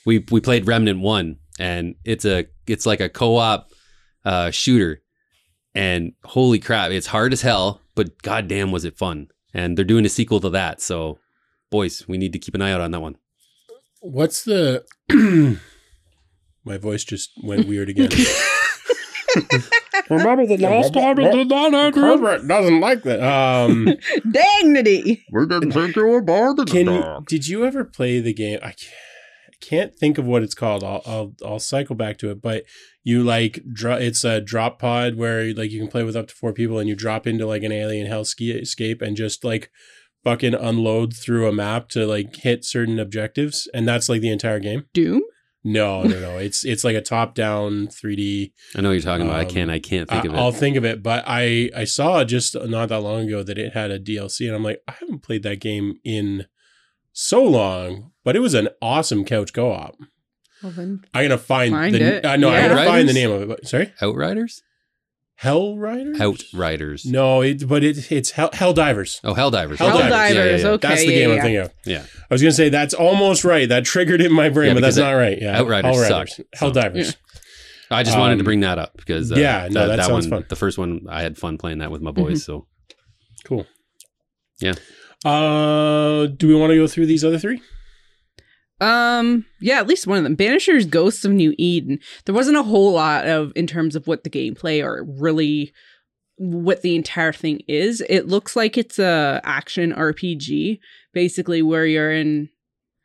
B: We we played Remnant One, and it's a it's like a co-op uh, shooter, and holy crap, it's hard as hell, but goddamn was it fun! And they're doing a sequel to that, so boys, we need to keep an eye out on that one.
A: What's the? <clears throat> My voice just went weird <laughs> again. Remember the last time it did that, Andrew? Corbett doesn't like that. Um,
C: <laughs> Dignity.
D: We didn't think you were bored in
A: Can
D: the
A: you,
D: dark.
A: did you ever play the game? I can't, I can't think of what it's called. I'll, I'll I'll cycle back to it. But you like dro- it's a drop pod where like you can play with up to four people, and you drop into like an alien hellscape and just like fucking unload through a map to like hit certain objectives, and that's like the entire game.
C: Doom?
A: No, no, no. It's it's like a top down 3D.
B: I know what you're talking about. I
A: Um,
B: can't. I can't think
A: I,
B: of it.
A: will think of it, but I I saw just not that long ago that it had a DLC, and I'm like, I haven't played that game in so long, but it was an awesome couch co-op.
C: Well then.
A: I'm gonna find,
C: Find
A: the
C: it.
A: Uh, no, I'm
C: Yeah.
A: gonna find the
B: Outriders?
A: name of it. But, sorry,
B: Outriders.
A: Hell Riders.
B: Outriders.
A: No, it but it it's Hell, Hell Divers.
B: Oh, Helldivers.
A: Helldivers,
B: Yeah, yeah,
C: Helldivers,
B: yeah.
C: okay.
A: that's the
C: yeah,
A: game I'm
C: yeah.
A: thinking of.
B: Yeah.
A: I was gonna say that's almost right. That triggered in my brain,
B: Yeah,
A: but that's
B: because
A: not right. Yeah,
B: Outriders
A: Helldivers.
B: sucked, so-
A: Helldivers.
B: I just wanted to
A: Um,
B: bring that up because uh,
A: yeah, no, that sounds
B: one,
A: fun.
B: The first one, I had fun playing that with my <laughs> boys. So
A: Cool.
B: Yeah.
A: Uh, do we want to go through these other three?
C: Um, yeah, at least one of them. Banisher's Ghosts of New Eden. There wasn't a whole lot of in terms of what the gameplay or really what the entire thing is. It looks like it's a action RPG, basically where you're in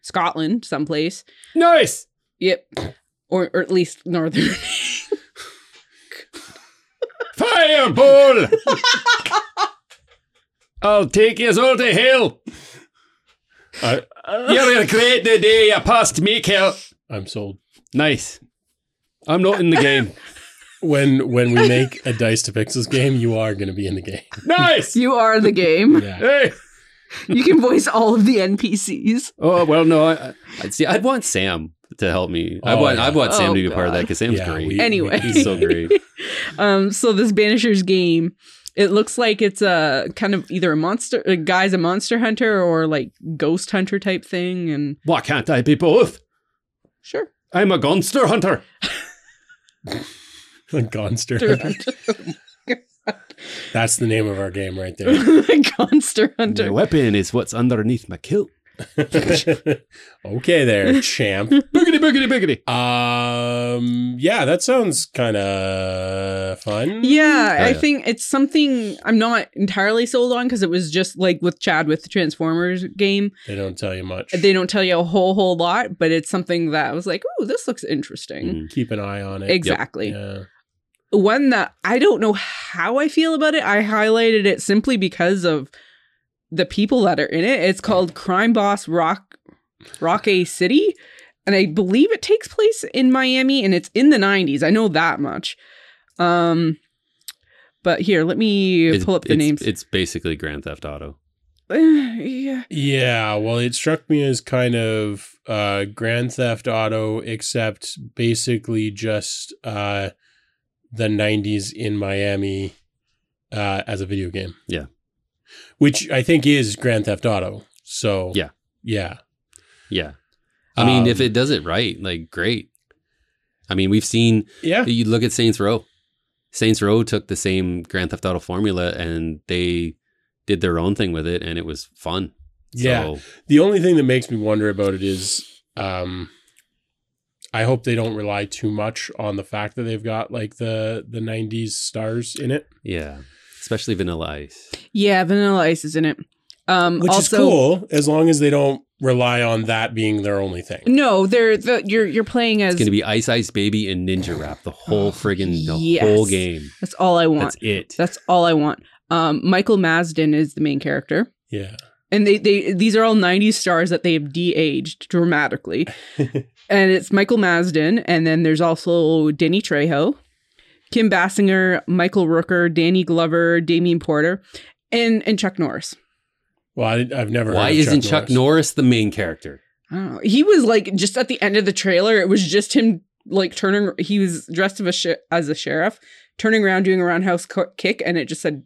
C: Scotland someplace.
B: nice.
C: Yep. Or, or at least northern. <laughs>
B: Fireball. <laughs> I'll take you all to hell. <laughs>
A: I,
B: You'll regret the day you passed me, Kel.
A: I'm sold.
B: Nice. I'm not in the game.
A: When when
C: <laughs>
A: we make a dice to pixels game, you are going to be in the game.
B: <laughs> nice.
C: you are the game.
A: Yeah.
B: Hey.
C: You can voice all of the NPCs.
B: Oh well, no. I, I I'd <laughs> see. I'd want Sam to help me. I
A: Oh,
B: want.
A: yeah.
B: I want Sam
C: Oh,
B: to be a part of
C: God.
B: that because Sam's <laughs>
A: Yeah,
B: great.
A: we-
C: Anyway.
B: He's so great.
C: Um, so this Banisher's game It looks like it's a kind of either a monster, a guy's a monster hunter or like ghost hunter type thing. And
B: Why can't I be both?
C: sure,
B: I'm a monster hunter.
A: Gonster.
C: <laughs> Hunter.
A: That's the name of our game right there. <laughs>
C: <laughs> Gonster
B: My
C: hunter.
B: weapon is what's underneath my kilt.
A: okay, there, champ.
B: Boogity, boogity, boogity.
A: Um, yeah, that sounds kind of fun.
C: Yeah,
B: Oh,
C: I
B: yeah.
C: think it's something I'm not entirely sold on because it was just like with Chad with the Transformers game.
A: They don't tell you much.
C: They don't tell you a whole whole lot, but it's something that I was like, oh, this looks interesting.
B: Mm.
A: keep an eye on it.
C: Exactly.
A: Yeah.
C: one that I don't know how I feel about it. I highlighted it simply because of the people that are in it. It's called Crime Boss Rock Rock A City, and I believe it takes place in Miami and it's in the 90s. I know that much. Um but here, let me
B: It's-
C: pull up the
B: it's-
C: names.
B: It's basically Grand Theft Auto.
C: <sighs> yeah.
A: Yeah, well, it struck me as kind of uh, Grand Theft Auto, except basically just uh, the '90s in Miami uh, as a video game.
B: Yeah.
A: which I think is Grand Theft Auto. So
B: Yeah.
A: yeah,
B: Yeah. I mean,
A: Um,
B: if it does it right, like great. I mean, we've seen
A: yeah.
B: you look at Saints Row. Saints Row took the same Grand Theft Auto formula and they did their own thing with it and it was fun.
A: Yeah.
B: So,
A: The only thing that makes me wonder about it is um I hope they don't rely too much on the fact that they've got like the the 90s stars in it,
B: yeah. Especially Vanilla Ice.
C: Yeah, Vanilla Ice is in it. Um
A: which
C: also
A: is cool as long as they don't rely on that being their only thing.
C: No, they're the you're you're playing as
B: It's going to be Ice Ice Baby and Ninja Rap the whole friggin' the
C: Yes.
B: whole game.
C: That's all I want.
B: That's it.
C: That's all I want. Um, Michael Masden is the main character,
A: Yeah.
C: and they they these are all '90s stars that they have de-aged dramatically. and it's Michael Masden, and then there's also Danny Trejo, Kim Bassinger, Michael Rooker, Danny Glover, Damian Porter, and and Chuck Norris.
A: Well, I, have never
B: Why
A: heard of
B: isn't Chuck Norris.
A: Norris.
B: the main character?
C: I don't know. He was like just at the end of the trailer. It was just him like turning. He was dressed of a sh- as a sheriff, turning around doing a roundhouse co- kick, and it just said,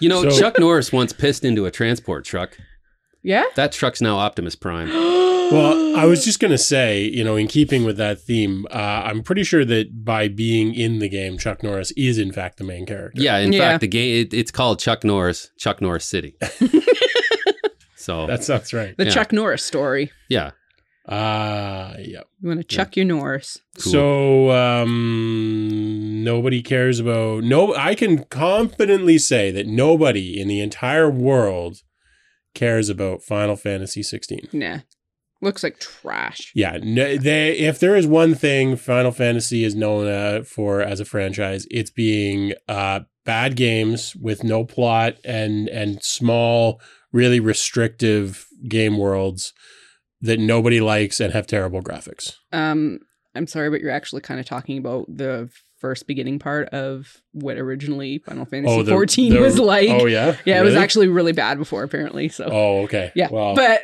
B: You know,
A: So-
B: Chuck Norris once pissed into a transport truck.
C: "Yeah." <gasps>
B: That truck's now Optimus Prime.
A: Well, I was just going to say, you know, in keeping with that theme, uh, I'm pretty sure that by being in the game, Chuck Norris is in fact the main character.
B: Yeah, in
C: Yeah.
B: fact, the game it, it's called Chuck Norris, Chuck Norris City. so
A: That sounds right.
C: the
B: Yeah.
C: Chuck Norris story.
B: yeah,
A: Uh, yeah.
C: You want to chuck your Norris.
B: Cool.
A: So um nobody cares about no I can confidently say that nobody in the entire world cares about Final Fantasy 16.
C: Nah. Looks like trash.
A: Yeah, no, they if there is one thing Final Fantasy is known uh, for as a franchise, it's being uh bad games with no plot and and small really restrictive game worlds that nobody likes and have terrible graphics.
C: Um, I'm sorry, but you're actually kind of talking about the first beginning part of what originally Final Fantasy
A: Oh, the-
C: 14
A: the-
C: was like.
A: Oh yeah.
C: yeah, it was
A: Really?
C: actually really bad before, apparently. So
A: Oh, okay.
C: yeah,
A: Well, <laughs>
C: <laughs> but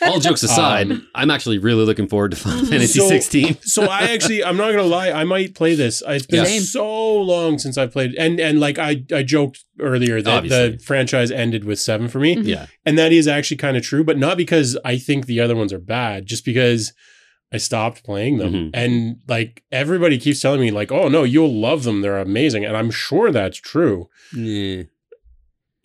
B: all jokes aside,
A: Um,
B: I'm actually really looking forward to Final Fantasy
A: So-
B: 16.
A: so I actually, I'm not gonna lie, I might play this. It's been
C: Same.
A: so long since I've played, and and like I, I joked earlier that
B: Obviously.
A: the franchise ended with seven for me,
C: Mhm.
B: Yeah,
A: and that is actually kind of true, but not because I think the other ones are bad, just because I stopped playing them,
B: Mhm.
A: and like everybody keeps telling me, like, oh no, you'll love them, they're amazing, and I'm sure that's true.
B: yeah.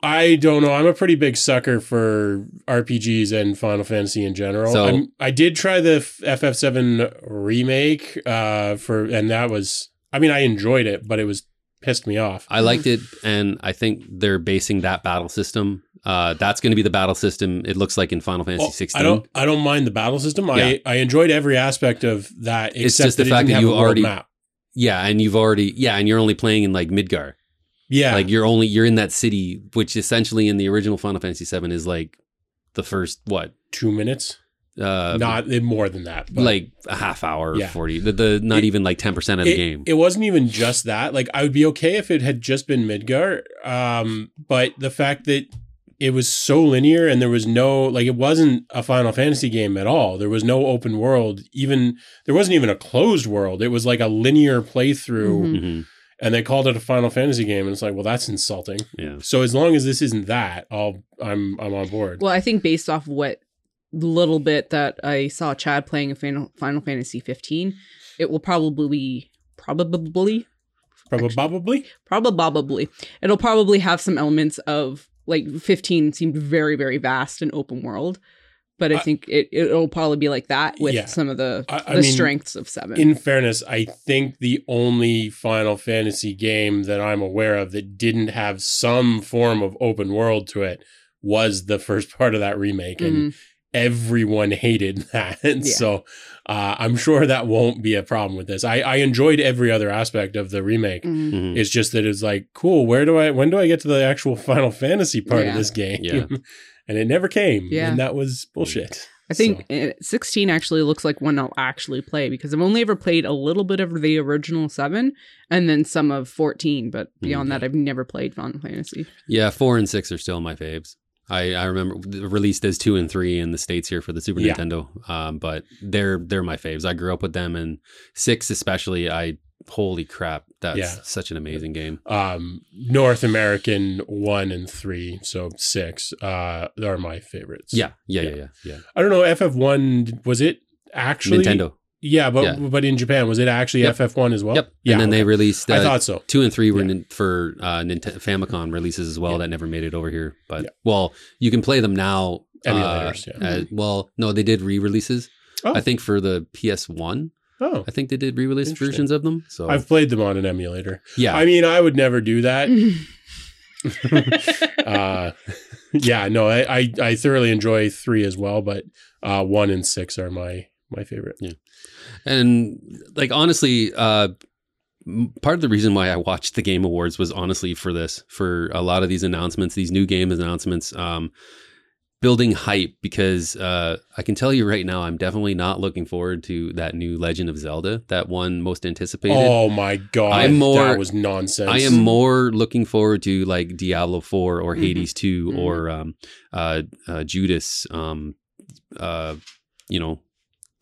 A: I don't know. I'm a pretty big sucker for RPGs and Final Fantasy in general.
B: So-
A: I'm, I did try the F- FF7 remake uh, for, and that was. I mean, I enjoyed it, but it was pissed me off.
B: I liked it, and I think they're basing that battle system. Uh, that's going to be the battle system. It looks like in Final Fantasy
A: Well, Oh,
B: 16.
A: I don't. I don't mind the battle system.
B: Yeah.
A: I, I enjoyed every aspect of that. Except
B: It's just
A: that
B: the
A: it didn't
B: fact that
A: have
B: you
A: a world
B: already-
A: map.
B: Yeah, and you've already yeah, and you're only playing in like Midgar.
A: Yeah,
B: Like you're only you're in that city, which essentially in the original Final Fantasy 7 is like the first what
A: two minutes,
B: uh,
A: not more than that. but-
B: like a half hour,
A: Yeah.
B: forty. The, the not
A: It-
B: even like ten percent of the
A: it,
B: game.
A: It wasn't even just that. Like I would be okay if it had just been Midgar, um, but the fact that it was so linear and there was no like it wasn't a Final Fantasy game at all. There was no open world. Even there wasn't even a closed world. It was like a linear playthrough,
C: Mhm.
B: Mhm.
A: and they called it a Final Fantasy game, and it's like, well, that's insulting.
B: Yeah.
A: So as long as this isn't that, I'll I'm I'm on board.
C: <laughs> Well, I think based off what little bit that I saw Chad playing in Final, Final Fantasy 15, it will probably probably
A: Probably, probably.
C: probably it'll probably have some elements of like 15 seemed very very vast and open world, but I
A: I-
C: think it it'll probably be like that with
A: Yeah.
C: some of the
A: I- I
C: the
A: mean,
C: strengths of 7.
A: In fairness, I think the only Final Fantasy game that I'm aware of that didn't have some form of open world to it was the first <laughs> part of that remake, and
C: Mm.
A: everyone hated <laughs> that. And
C: Yeah.
A: so uh, I'm sure that won't be a problem with this. I, I enjoyed every other aspect of the remake.
C: Mm.
B: Mhm.
A: It's just that it's like, cool, where do I when do I get to the actual <laughs> Final Fantasy part
C: Yeah.
A: of this game?
B: Yeah.
A: <laughs>
B: Mm.
A: and it never came.
C: Yeah.
A: And that was bullshit.
C: I think
A: So,
C: uh 16 actually looks like one I'll actually play because I've only ever played a little bit of the original 7 and then some of 14, but beyond
A: Mm-hmm.
C: that, I've never played Final Fantasy.
B: Yeah, four and six are still my faves. I, I remember th- released as two and three in the states here for the Super
A: Yeah.
B: Nintendo, um, but they're they're my faves. I grew up with them, and six especially. I holy crap, that's
A: Yeah.
B: such an amazing game.
A: um North American one and three, so six, uh are my favorites.
B: Yeah, yeah, yeah,
A: Yeah.
B: yeah, yeah.
A: I don't know, FF one was it actually
B: Nintendo.
A: Yeah, but
B: Yeah.
A: but in Japan, was it actually
B: Yep.
A: FF one as well?
B: Yep.
A: Yeah.
B: and then they
A: okay.
B: released
A: I
B: uh,
A: thought so.
B: two and three were
A: Yeah.
B: nin- for uh, Nintendo Famicom releases as well
A: Yeah.
B: that never made it over here. But
A: Yeah.
B: well, you can play them now. uh,
A: Emulators, yeah. Mm-hmm.
B: uh, well, no, they did re-releases.
A: Oh.
B: I think for the PS One,
A: Oh.
B: I think they did re-release
A: Interesting.
B: versions of them. So
A: I've played them on an emulator.
B: yeah,
A: I mean, I would never do
C: <laughs>
A: that. uh <laughs> yeah no I, I i thoroughly enjoy three as well but uh one and six are my my favorite
B: and like honestly, uh, m- part of the reason why I watched the Game Awards was honestly for this, for a lot of these announcements, these new game announcements, um, building hype because uh, I can tell you right now, I'm definitely not looking forward to that new Legend of Zelda, that one most anticipated.
A: oh my god
B: I'm more-
A: that was nonsense
B: I am more looking forward to like Diablo 4 or
C: Mhm.
B: Hades 2
C: Mhm.
B: or um, uh, uh, Judas, um, uh, you know,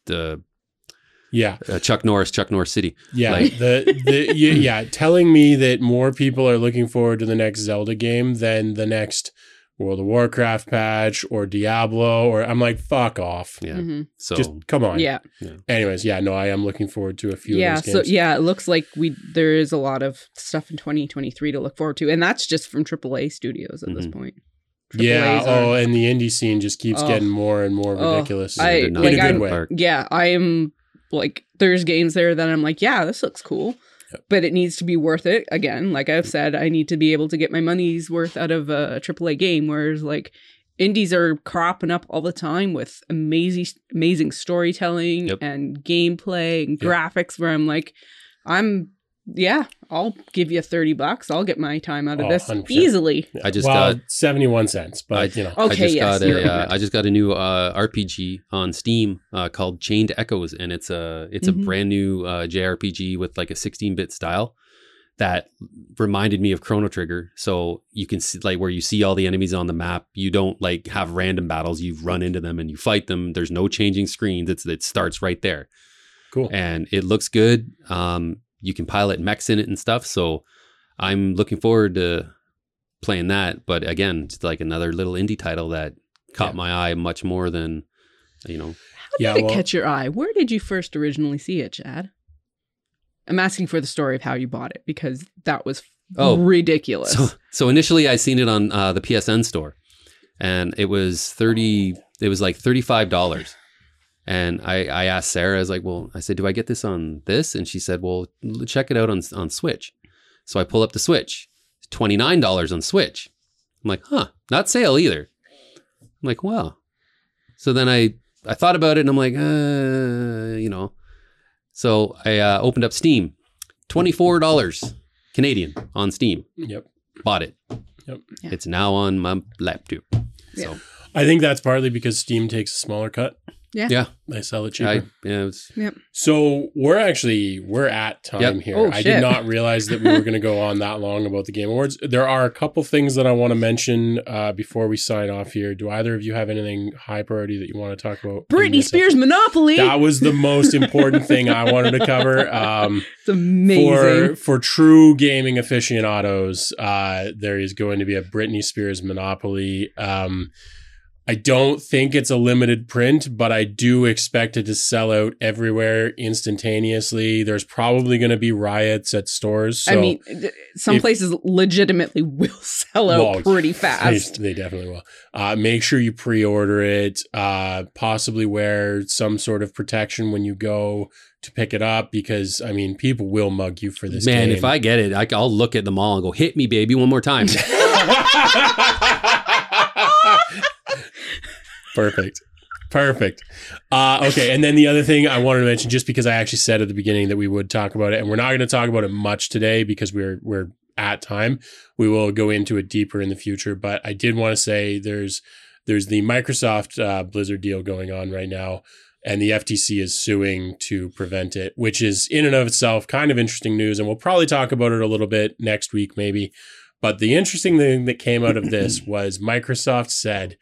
B: the
A: yeah
B: uh, Chuck Norris, Chuck Norris City.
A: yeah
B: Like-
A: the the y-
B: <laughs>
A: yeah telling me that more people are looking forward to the next zelda game than the next world of warcraft patch or diablo or i'm like fuck off
B: Yeah.
C: Mhm.
B: So
A: just come on
C: Yeah.
A: anyways yeah no i am looking forward to a few
C: Yeah.
A: of those
C: So,
A: games
C: yeah, it looks like we there is a lot of stuff in 2023 to look forward to. And that's just from AAA studios at this
A: Mm-hmm.
B: Mhm.
C: point.
A: yeah
C: AAAs
A: oh
C: are-
A: and the indie scene just keeps
C: Oh.
A: getting more and more
C: Oh,
A: ridiculous
C: I-
B: they're not
A: like,
B: in
A: I'm-
B: the park.
C: yeah, I am like there's games there that I'm like, yeah, this looks cool. But it needs to be worth it. Again, like I've said, I need to be able to get my money's worth out of a AAA game. Whereas like indies are cropping up all the time with amazing, amazing storytelling
B: Yep.
C: and gameplay and
B: Yep.
C: graphics. Where I'm like, I'm yeah, I'll give you thirty bucks. I'll get my time out of
A: Oh,
C: this
A: 100%.
C: easily.
A: Yeah.
B: I just
A: well,
B: got-
A: seventy-one cents, but
B: I- <laughs>
A: you know,
C: Okay,
B: I just
C: yes,
B: got a,
C: you're right.
B: uh, I just got a new uh, RPG on Steam uh, called Chained Echoes, and it's a it's
C: Mhm.
B: a brand new uh, JRPG with like a 16 bit style that reminded me of Chrono Trigger. So you can see like where you see all the enemies on the map. You don't like have random battles. You run into them and you fight them. There's no changing screens. It's it starts right there,
A: cool.
B: and it looks good. Um, you can pilot mechs in it and stuff. So I'm looking forward to playing that. But again, it's like another little indie title that caught
A: Yeah.
B: my eye much more than you know.
C: How did
A: Yeah,
C: it
A: well-
C: catch your eye? Where did you first originally see it, Chad? I'm asking for the story of how you bought it because that was
B: Oh,
C: ridiculous.
B: So, so initially, I seen it on uh, the PSN store, and it was thirty. It was like thirty five dollars. And I, I asked Sarah, I was like, well, I said, do I get this on this? And she said, well, l- check it out on on Switch. So I pull up the Switch, twenty nine dollars on Switch. I'm like, huh, not sale either. I'm like, wow. So then I I thought about it, and I'm like, uh, you know. So I uh, opened up Steam, twenty four dollars Canadian on Steam
A: Yep.
B: bought it.
A: Yep.
C: Yeah.
B: It's now on my laptop.
C: Yeah.
B: So
A: I think that's partly because Steam takes a smaller cut.
C: Yeah.
B: Yeah.
A: I sell it cheaper.
B: I, yeah, it was,
A: So we're actually we're at time
B: Yep.
A: here.
C: Oh,
A: I
C: shit.
A: did not realize that we were going to go on that long about the Game Awards. There are a couple things that I want to mention uh, before we sign off here. Do either of you have anything high priority that you want to talk about? in
C: Britney
A: this
C: Spears Monopoly.
A: episode? That was the most important thing I wanted to cover. Um,
C: it's
A: for
C: amazing.
A: for true gaming aficionados, uh, there is going to be a Britney Spears Monopoly. Um, I don't think it's a limited print, but I do expect it to sell out everywhere instantaneously. There's probably going to be riots at stores. So
C: I mean, d- some
A: if-
C: places legitimately <laughs> will sell out
A: Well,
C: pretty
A: <laughs>
C: fast.
A: They, they definitely will. Uh, make sure you pre-order it. Uh, possibly wear some sort of protection when you go to pick it up, because I mean, people will mug you for this.
B: man,
A: game.
B: if I get it, I, will look at them all and go, hit me, baby, one more
C: <laughs>
B: time.
A: <laughs> Perfect. Perfect. Uh, okay. And then the other thing I wanted to mention, just because I actually said at the beginning that we would talk about it, and we're not going to talk about it much today because we're we're at time. We will go into it deeper in the future. But I did want to say there's there's the Microsoft uh, Blizzard deal going on right now, and the FTC is suing to prevent it, which is in and of itself kind of interesting news. And we'll probably talk about it a little bit next week, maybe. But the interesting thing that came out of this was Microsoft said,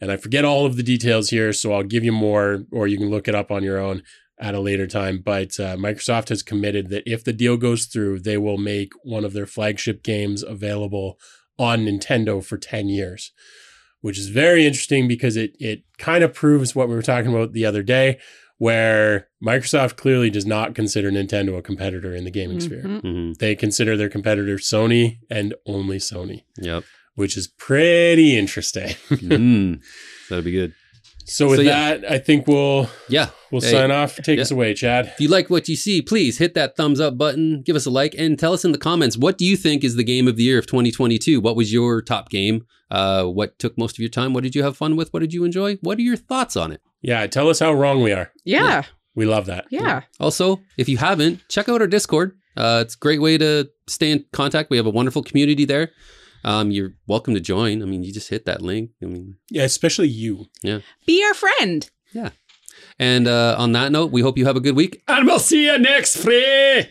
A: and I forget all of the details here, so I'll give you more, or you can look it up on your own at a later time. But uh, Microsoft has committed that if the deal goes through, they will make one of their flagship games available on Nintendo for 10 years, which is very interesting because it, it kind of proves what we were talking about the other day, where Microsoft clearly does not consider Nintendo a competitor in the gaming sphere
C: Mhm.
B: hmm
A: they consider their competitor Sony and only Sony,
B: Yep.
A: <laughs> which is pretty interesting. <laughs>
B: Mm. That'll be good.
A: So with
B: So, yeah.
A: that, I think we'll
B: Yeah.
A: we'll
B: Hey.
A: sign off. Take
B: Yeah.
A: us away, Chad.
B: If you like what you see, please hit that thumbs up button, give us a like, and tell us in the comments what do you think is the game of the year of 2022? What was your top game? Uh, what took most of your time? What did you have fun with? What did you enjoy? What are your thoughts on it?
A: Yeah, tell us how wrong we are.
C: Yeah,
A: We love that.
C: yeah.
B: Also, if you haven't, check out our Discord. Uh, it's a great way to stay in contact. We have a wonderful community there. Um, you're welcome to join. I mean, you just hit that link. I mean,
A: Yeah, especially you.
C: Be our friend.
B: and uh, on that note, we hope you have a good week.
A: <laughs> And we'll see you next free.